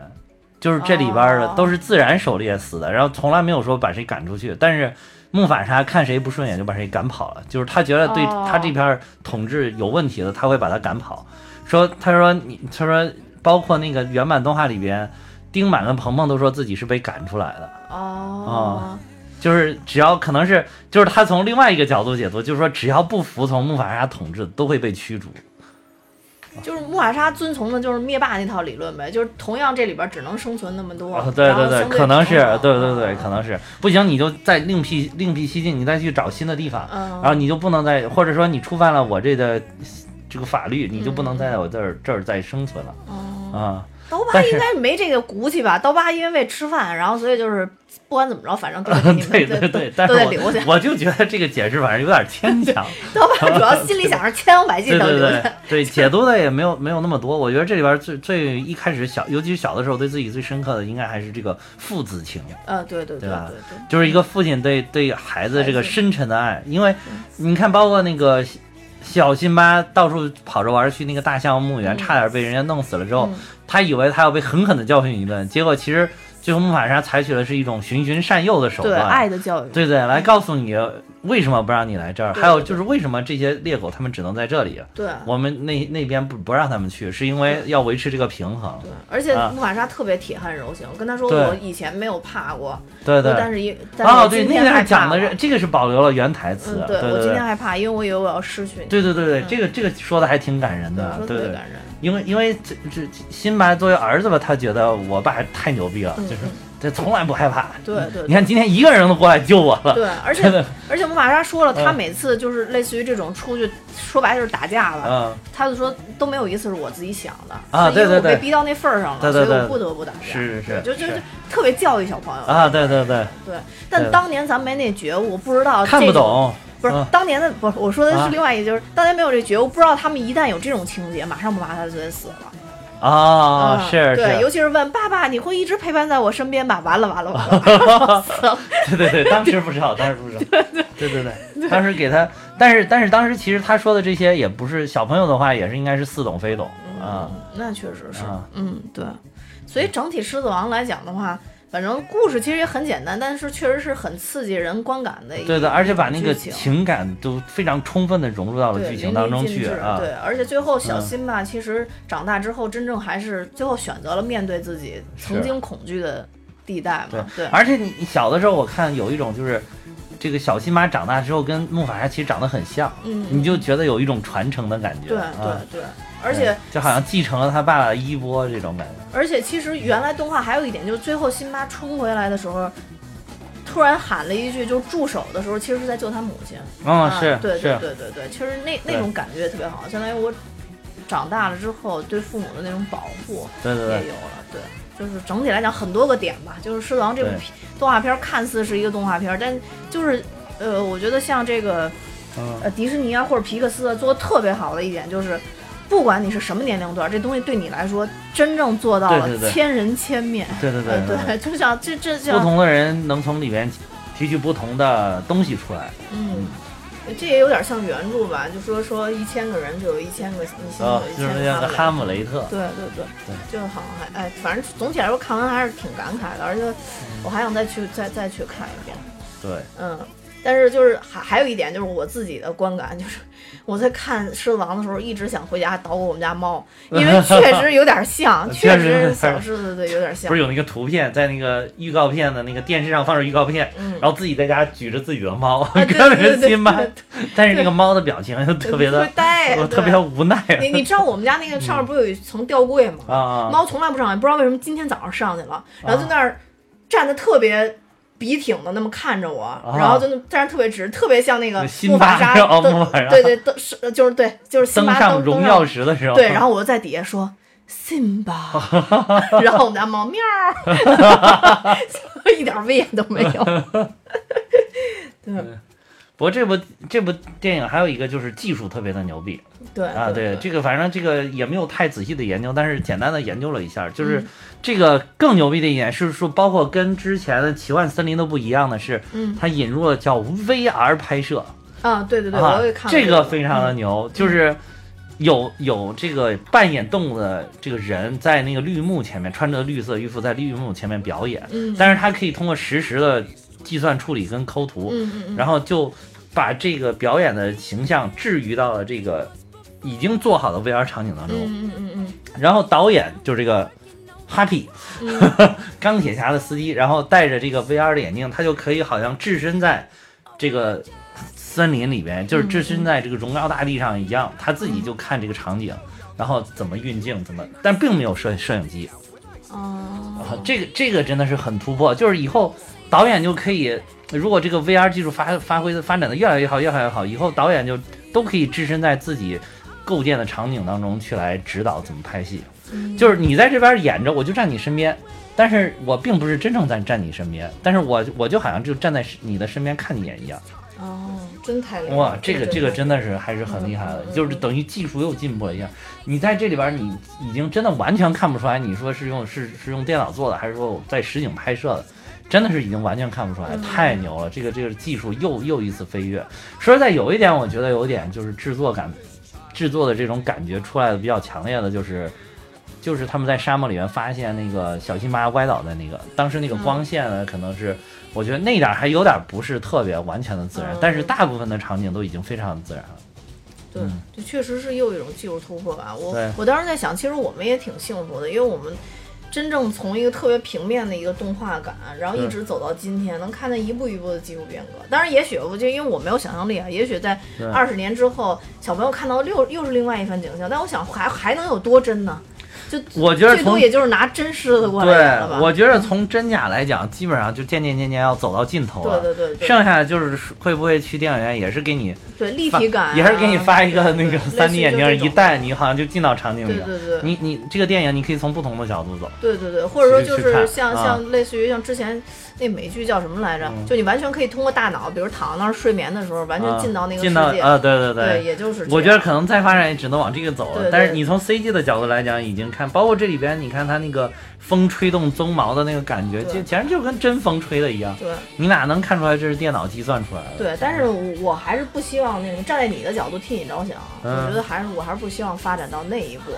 Speaker 1: 就是这里边儿的
Speaker 2: 哦
Speaker 1: 都是自然狩猎死的，然后从来没有说把谁赶出去。但是木法沙看谁不顺眼就把谁赶跑了，就是他觉得对
Speaker 2: 哦
Speaker 1: 他这片儿统治有问题的，他会把他赶跑。说他说你他说包括那个原版动画里边，丁满跟鹏鹏都说自己是被赶出来的
Speaker 2: 哦，
Speaker 1: 就是只要可能是，就是他从另外一个角度解读，就是说只要不服从木法沙统治，都会被驱逐。
Speaker 2: 就是木法沙遵从的就是灭霸那套理论呗，就是同样这里边只能生存那么多。
Speaker 1: 哦，对
Speaker 2: 然后
Speaker 1: 对对，
Speaker 2: 相对
Speaker 1: 可能是
Speaker 2: 平衡，啊
Speaker 1: 对对对，可能是不行，你就再另辟另辟蹊径，你再去找新的地方，
Speaker 2: 嗯
Speaker 1: 然后你就不能再，或者说你触犯了我这个这个法律，你就不
Speaker 2: 嗯
Speaker 1: 能在我这儿这儿再生存了
Speaker 2: 哦
Speaker 1: 啊。
Speaker 2: 刀疤
Speaker 1: 但是
Speaker 2: 应该没这个骨气吧？刀疤因为为吃饭，然后所以就是不管怎么着，反 正都得给你们
Speaker 1: 对
Speaker 2: 都
Speaker 1: 对对，但
Speaker 2: 都
Speaker 1: 是
Speaker 2: 得
Speaker 1: 我
Speaker 2: 留下。
Speaker 1: 我就觉得这个解释反正有点牵强。
Speaker 2: 刀疤主要心里想着千方 百计
Speaker 1: 对
Speaker 2: 都
Speaker 1: 对
Speaker 2: 留
Speaker 1: 对
Speaker 2: 下。
Speaker 1: 对，解读的也没有没有那么多。我觉得这里边最最一开始小，尤其是小的时候，对自己最深刻的应该还是这个父子情，
Speaker 2: 呃，对对
Speaker 1: 对
Speaker 2: 对
Speaker 1: 吧
Speaker 2: 对对。
Speaker 1: 就是一个父亲对对孩子这个
Speaker 2: 孩子嗯
Speaker 1: 深沉的爱。因为你看，包括那个小小辛巴到处跑着玩儿去那个大象
Speaker 2: 嗯
Speaker 1: 墓园，差点被人家弄死了之后，他以为他要被狠狠的教训一顿，结果其实最后木法沙采取的是一种循循善诱的手
Speaker 2: 对
Speaker 1: 段，
Speaker 2: 爱的教育，
Speaker 1: 对对，来告诉你为什么不让你来这儿，
Speaker 2: 对
Speaker 1: 还有
Speaker 2: 对
Speaker 1: 就是为什么这些猎狗它们只能在这里，啊
Speaker 2: 对
Speaker 1: 我们那那边不不让他们去，是因为要维持这个平衡
Speaker 2: 对。而且
Speaker 1: 啊
Speaker 2: 木法沙特别铁汉柔情，我跟他说
Speaker 1: 对
Speaker 2: 我以前没有怕过，
Speaker 1: 对
Speaker 2: 我但
Speaker 1: 对。
Speaker 2: 是一但是
Speaker 1: 哦，
Speaker 2: 我
Speaker 1: 对，
Speaker 2: 今
Speaker 1: 那
Speaker 2: 天害
Speaker 1: 段
Speaker 2: 怕
Speaker 1: 讲的
Speaker 2: 了
Speaker 1: 是这个是保留了原台词，
Speaker 2: 嗯，
Speaker 1: 对
Speaker 2: 我
Speaker 1: 对
Speaker 2: 今
Speaker 1: 对
Speaker 2: 天害怕，因为我以为我要失去你。
Speaker 1: 对对对对，这个这个说的还挺感人的
Speaker 2: 我，说
Speaker 1: 对
Speaker 2: 特别
Speaker 1: 对，
Speaker 2: 感人。
Speaker 1: 因为因为这这辛巴作为儿子吧，他觉得我爸太牛逼了，就是这从来不害怕。
Speaker 2: 嗯对对
Speaker 1: 你看今天一个人都过来救我了，
Speaker 2: 对，而
Speaker 1: 真的
Speaker 2: 且而且木法沙说了，他
Speaker 1: 嗯
Speaker 2: 每次就是类似于这种出去，说白了就是打架了，
Speaker 1: 嗯，
Speaker 2: 他就说都没有一次是我自己想的
Speaker 1: 啊
Speaker 2: 是因为
Speaker 1: 对对
Speaker 2: 我被
Speaker 1: 对
Speaker 2: 逼到那份儿上
Speaker 1: 对
Speaker 2: 了，所
Speaker 1: 对
Speaker 2: 以我
Speaker 1: 对
Speaker 2: 不得不打架。
Speaker 1: 是是
Speaker 2: 就就是就特别教育小朋友
Speaker 1: 啊，对对对，
Speaker 2: 对，
Speaker 1: 对
Speaker 2: 但当年咱没那觉悟，不知道
Speaker 1: 看
Speaker 2: 这
Speaker 1: 不
Speaker 2: 种
Speaker 1: 懂，
Speaker 2: 不是、
Speaker 1: 嗯
Speaker 2: 当年的，不是我说的
Speaker 1: 啊
Speaker 2: 是另外一个，就是当年没有这觉悟，不知道他们一旦有这种情节，马上不把他就得死了嗯
Speaker 1: 啊，是是，
Speaker 2: 对，尤其是问爸爸，你会一直陪伴在我身边吧？完了完了完 了，死了，
Speaker 1: 对对对，当时不知道，当时不知道，对对对，当时给他，但是但是当时其实他说的这些也不是小朋友的话，也是应该是似懂非懂
Speaker 2: 嗯
Speaker 1: 啊
Speaker 2: 那确实是，
Speaker 1: 啊
Speaker 2: 嗯，对，所以整体《狮子王》来讲的话，反正故事其实也很简单，但是确实是很刺激人观感的一
Speaker 1: 对的，而且把那个
Speaker 2: 剧情
Speaker 1: 情感都非常充分的融入到了
Speaker 2: 对
Speaker 1: 剧情当中
Speaker 2: 淋漓
Speaker 1: 去
Speaker 2: 尽致
Speaker 1: 啊，
Speaker 2: 对，而且最后小
Speaker 1: 嗯
Speaker 2: 辛巴其实长大之后，真正还是最后选择了面对自己曾
Speaker 1: 是
Speaker 2: 经恐惧的地带
Speaker 1: 对
Speaker 2: 嘛，啊对，
Speaker 1: 而且你你小的时候，我看有一种就是。这个小辛巴长大之后跟木法沙其实长得很像，
Speaker 2: 嗯
Speaker 1: 你就觉得有一种传承的感觉，
Speaker 2: 对
Speaker 1: 啊、
Speaker 2: 对对，而且
Speaker 1: 就好像继承了他爸爸的衣钵这种感觉，
Speaker 2: 而且其实原来动画还有一点，就是最后辛巴冲回来的时候，突然喊了一句，就住手的时候，其实是在救他母亲。
Speaker 1: 嗯，
Speaker 2: 啊
Speaker 1: 是
Speaker 2: 对
Speaker 1: 是
Speaker 2: 对，对对对，其实那那种感觉特别好，相当于我长大了之后对父母的那种保护
Speaker 1: 对
Speaker 2: 也
Speaker 1: 对
Speaker 2: 有
Speaker 1: 对，
Speaker 2: 了，对。就是整体来讲很多个点吧，就是《狮子王》这部
Speaker 1: 对
Speaker 2: 片动画片儿看似是一个动画片儿，但就是呃，我觉得像这个
Speaker 1: 嗯
Speaker 2: 呃迪士尼啊或者皮克斯啊做的特别好的一点就是，不管你是什么年龄段，这东西对你来说真正做到
Speaker 1: 对对
Speaker 2: 了
Speaker 1: 对
Speaker 2: 千人千面。
Speaker 1: 对对对
Speaker 2: 呃 对，就像这这
Speaker 1: 不
Speaker 2: 像
Speaker 1: 同的人能从里面提取不同的东西出来。
Speaker 2: 嗯。这也有点像原著吧，就说说一千个人就有一千个，你心里
Speaker 1: 啊
Speaker 2: 有一，
Speaker 1: 就是
Speaker 2: 千
Speaker 1: 那
Speaker 2: 个
Speaker 1: 个
Speaker 2: 哈
Speaker 1: 哈
Speaker 2: 姆
Speaker 1: 姆雷特
Speaker 2: 雷特。，对对对，就好像还哎，反正总体来说看完还是挺感慨的，而且
Speaker 1: 嗯
Speaker 2: 我还想再去再再去看一遍。
Speaker 1: 对，
Speaker 2: 嗯，但是就是还还有一点就是我自己的观感，就是我在看《狮子王》的时候，一直想回家捣鼓我们家 猫，因为确实有点像，
Speaker 1: 确
Speaker 2: 确实
Speaker 1: 实有点
Speaker 2: 小狮子对有点像
Speaker 1: 不是。有那个图片在那个预告片的那个电视上放着预告片，
Speaker 2: 嗯啊
Speaker 1: 然后自己在家举着自己的猫，
Speaker 2: 对
Speaker 1: 跟着
Speaker 2: 对对对
Speaker 1: 辛巴
Speaker 2: 对，
Speaker 1: 但是那个猫的表情又 特别的
Speaker 2: 特别呆，
Speaker 1: 我
Speaker 2: 对
Speaker 1: 特别无奈。
Speaker 2: 你你知道我们家那个上面不是有一层吊柜吗？
Speaker 1: 啊啊
Speaker 2: 猫从来不上来，不知道为什么今天早上上去了，然后就那儿站的特别笔挺的，那么看着我，然后就那站着特别直，特别像那个
Speaker 1: 辛
Speaker 2: 木法
Speaker 1: 巴
Speaker 2: 沙
Speaker 1: 是吧
Speaker 2: 登
Speaker 1: 木法沙
Speaker 2: 对对，登是就是对就是辛
Speaker 1: 登
Speaker 2: 巴
Speaker 1: 上
Speaker 2: 登
Speaker 1: 荣
Speaker 2: 登
Speaker 1: 耀
Speaker 2: 上
Speaker 1: 石的时候，
Speaker 2: 对，然后我就在底下说。辛巴，然后我们家猫喵儿，一点威严都没有。
Speaker 1: 不过这部这部电影还有一个就是技术特别的牛逼，
Speaker 2: 对
Speaker 1: 啊，对，
Speaker 2: 对
Speaker 1: 这个反正这个也没有太仔细的研究，但是简单的研究了一下，就是
Speaker 2: 嗯
Speaker 1: 这个更牛逼的一点是说，包括跟之前的《奇幻森林》都不一样的是，
Speaker 2: 嗯
Speaker 1: 它引入了叫 VR 拍摄，
Speaker 2: 啊，对对对，
Speaker 1: 啊
Speaker 2: 我也看，过
Speaker 1: 这个非常
Speaker 2: 嗯
Speaker 1: 的牛，就是有有这个扮演动物的这个人在那个绿幕前面穿着绿色衣服在绿幕前面表演，
Speaker 2: 嗯
Speaker 1: 但是他可以通过实时的计算处理跟抠图，
Speaker 2: 嗯嗯嗯，
Speaker 1: 然后就把这个表演的形象置于到了这个已经做好的 VR 场景当中。
Speaker 2: 嗯嗯嗯嗯
Speaker 1: 然后导演就是这个 Happy，、钢 铁侠的司机，然后戴着这个 VR 的眼镜，他就可以好像置身在这个森林里边，就是置身在这个荣耀大地上一样，他自己就看这个场景，然后怎么运镜，怎么，但并没有摄摄影机，
Speaker 2: 哦，
Speaker 1: 啊，这个这个真的是很突破，就是以后导演就可以，如果这个 VR 技术发发挥的发展的越来越好，越来越好，以后导演就都可以置身在自己构建的场景当中去来指导怎么拍戏，就是你在这边演着，我就站你身边。但是我并不是真正在站你身边，但是我我就好像就站在你的身边看你一眼一样。
Speaker 2: 哦，真太厉害了！
Speaker 1: 哇，这个这个真
Speaker 2: 的
Speaker 1: 的是还是很厉害的
Speaker 2: 嗯，嗯
Speaker 1: 就是等于技术又进步了一样。你在这里边，你已经真的完全看不出来，你说是用是是用电脑做的，还是说我在实景拍摄的，真的是已经完全看不出
Speaker 2: 嗯
Speaker 1: 来，太牛了！这个这个技术又又一次飞跃。说实在，有一点我觉得有点就是制作感，制作的这种感觉出来的比较强烈的就是。就是他们在沙漠里面发现那个小辛巴歪倒的那个，当时那个光线呢，可能是我觉得那点儿还有点儿不是特别完全的自然
Speaker 2: 嗯，
Speaker 1: 但是大部分的场景都已经非常自然了。
Speaker 2: 对，这确实是又一种技术突破吧。我
Speaker 1: 嗯对
Speaker 2: 我当时在想，其实我们也挺幸福的，因为我们真正从一个特别平面的一个动画感，然后一
Speaker 1: 对
Speaker 2: 直走到今天，能看见一步一步的技术变革。当然，也许我就因为我没有想象力啊，也许在
Speaker 1: 对
Speaker 2: 二十年之后，小朋友看到六又是另外一番景象。但我想还还能有多真呢？就
Speaker 1: 我觉得
Speaker 2: 最多
Speaker 1: 从
Speaker 2: 也就是拿真狮子过来演了吧。
Speaker 1: 对，我觉得从真假来讲，基本上就渐渐渐渐要走到尽头了。
Speaker 2: 对对对对
Speaker 1: 剩下的就是会不会去电影院，也是给你
Speaker 2: 对立
Speaker 1: 发
Speaker 2: 体感、啊、
Speaker 1: 也是给你发一个那个
Speaker 2: 类
Speaker 1: 三
Speaker 2: 似
Speaker 1: D
Speaker 2: 于
Speaker 1: 眼
Speaker 2: 就
Speaker 1: 镜
Speaker 2: 这
Speaker 1: 儿，
Speaker 2: 种
Speaker 1: 一戴你好像就进到场景里了。
Speaker 2: 对对对
Speaker 1: 你你这个电影你可以从不同的角度走。
Speaker 2: 对对对，或者说就
Speaker 1: 去去
Speaker 2: 是
Speaker 1: 看
Speaker 2: 像
Speaker 1: 啊嗯
Speaker 2: 像类似于像之前那美剧叫什么来着？就你完全可以通过大脑，比如躺那儿睡眠的时候，完全
Speaker 1: 啊
Speaker 2: 进到那个世
Speaker 1: 进到
Speaker 2: 界。
Speaker 1: 啊，对对
Speaker 2: 对，也就是这
Speaker 1: 我觉得
Speaker 2: 样
Speaker 1: 可能再发展也只能往这个走了。
Speaker 2: 对
Speaker 1: 但是
Speaker 2: 对
Speaker 1: 你从 CG 的角度来讲，已经看，包括这里边，你看它那个风吹动鬃毛的那个感觉，
Speaker 2: 对
Speaker 1: 就简直就跟真风吹的一样。
Speaker 2: 对
Speaker 1: 你哪能看出来这是电脑计算出来的？
Speaker 2: 对，但是我我还是不希望那种站在你的角度替你着想，
Speaker 1: 嗯
Speaker 2: 我觉得还是我还是不希望发展到那一步。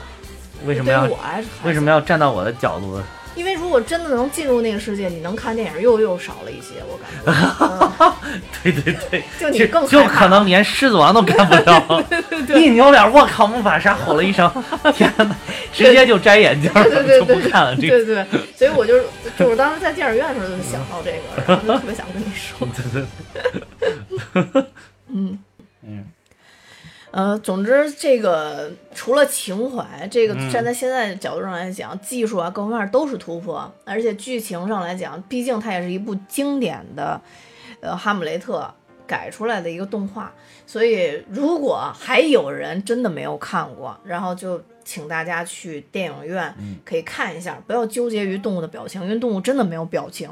Speaker 1: 为什么
Speaker 2: 对
Speaker 1: 要
Speaker 2: 于我还是还
Speaker 1: 为什么
Speaker 2: 要？
Speaker 1: 要站到我的角度？
Speaker 2: 因为如果真的能进入那个世界，你能看电影又又少了一些，我感觉。嗯
Speaker 1: 对对对，
Speaker 2: 就你
Speaker 1: 就
Speaker 2: 更
Speaker 1: 就
Speaker 2: 害怕
Speaker 1: 可能连狮子 王都干不了。 一扭脸，我靠！木法沙吼了一声， 天哪，直接就摘眼镜
Speaker 2: 对 对
Speaker 1: 了，就
Speaker 2: 对
Speaker 1: 不
Speaker 2: 对，
Speaker 1: 看了。这个
Speaker 2: 对对，所以我就就是当时在电影院的时候就想到这个，然后就特别想跟你说。呃，总之，这个除了情怀，这个
Speaker 1: 嗯
Speaker 2: 站在现在的角度上来讲，技术啊各方面都是突破，而且剧情上来讲，毕竟它也是一部经典的，呃，《哈姆雷特》改出来的一个动画，所以如果还有人真的没有看过，然后就请大家去电影院
Speaker 1: 嗯
Speaker 2: 可以看一下，不要纠结于动物的表情，因为动物真的没有表情。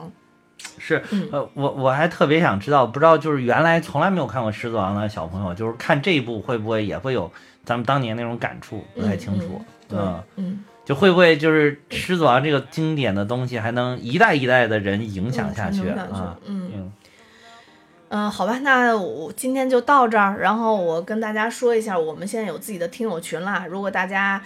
Speaker 1: 是
Speaker 2: 嗯，
Speaker 1: 呃，我我还特别想知道，不知道就是原来从来没有看过《狮子王》的小朋友，就是看这一部会不会也会有咱们当年那种感触？不太清楚，
Speaker 2: 嗯嗯嗯，
Speaker 1: 就会不会就是《狮子王》这个经典的东西还能一代一代的人影响下
Speaker 2: 嗯
Speaker 1: 去
Speaker 2: 传承下
Speaker 1: 啊
Speaker 2: 去？嗯
Speaker 1: 嗯，
Speaker 2: 嗯，好吧，那我今天就到这儿。然后我跟大家说一下，我们现在有自己的听友群啦。如果大家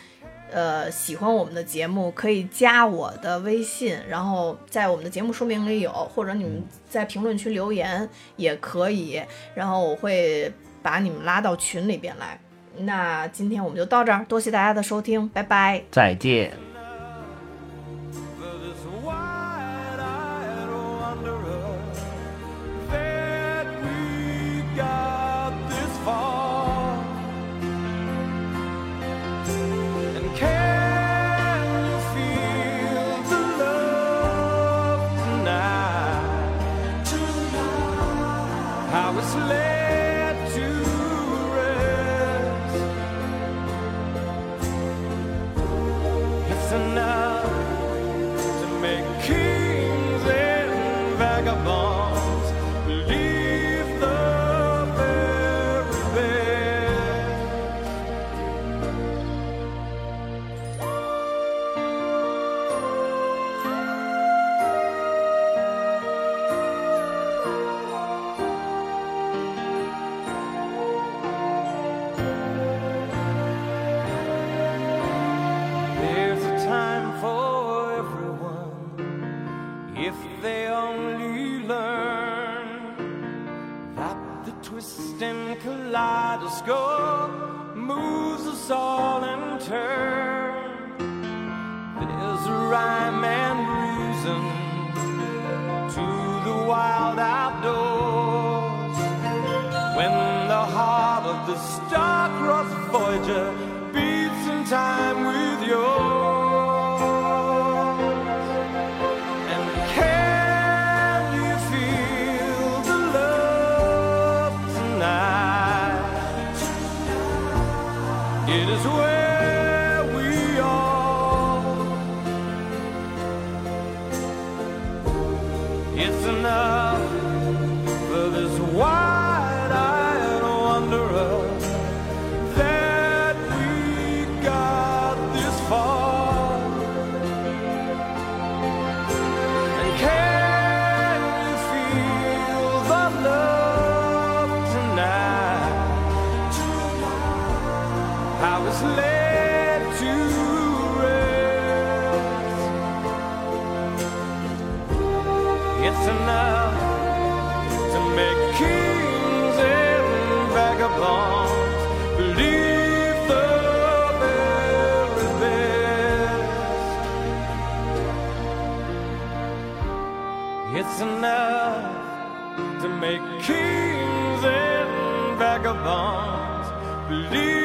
Speaker 2: 呃喜欢我们的节目，可以加我的微信，然后在我们的节目说明里有，或者你们在评论区留言也可以。然后我会把你们拉到群里边来。那今天我们就到这儿，多谢大家的收听，拜拜。
Speaker 1: 再见。
Speaker 7: For this wide-eyed wanderer that we got this far, and can you feel the love tonight? How it's led to rest. It's enough to make kings and vagabonds believe the very best. There's a time for everyone if they only learn that the twist and kaleidoscope moves us all in turn. There's a rhyme and reason to the wild outdoors. When the heart of the star-crossed Voyager beats in time with yours. And can you feel the love tonight? It is where we are. It's enough for this wide-eyed wanderer that we got this far. And can you feel the love tonight? I was led to rest. It's enough to make kings and vagabonds believe the very best. It's enough to make kings and vagabonds believe.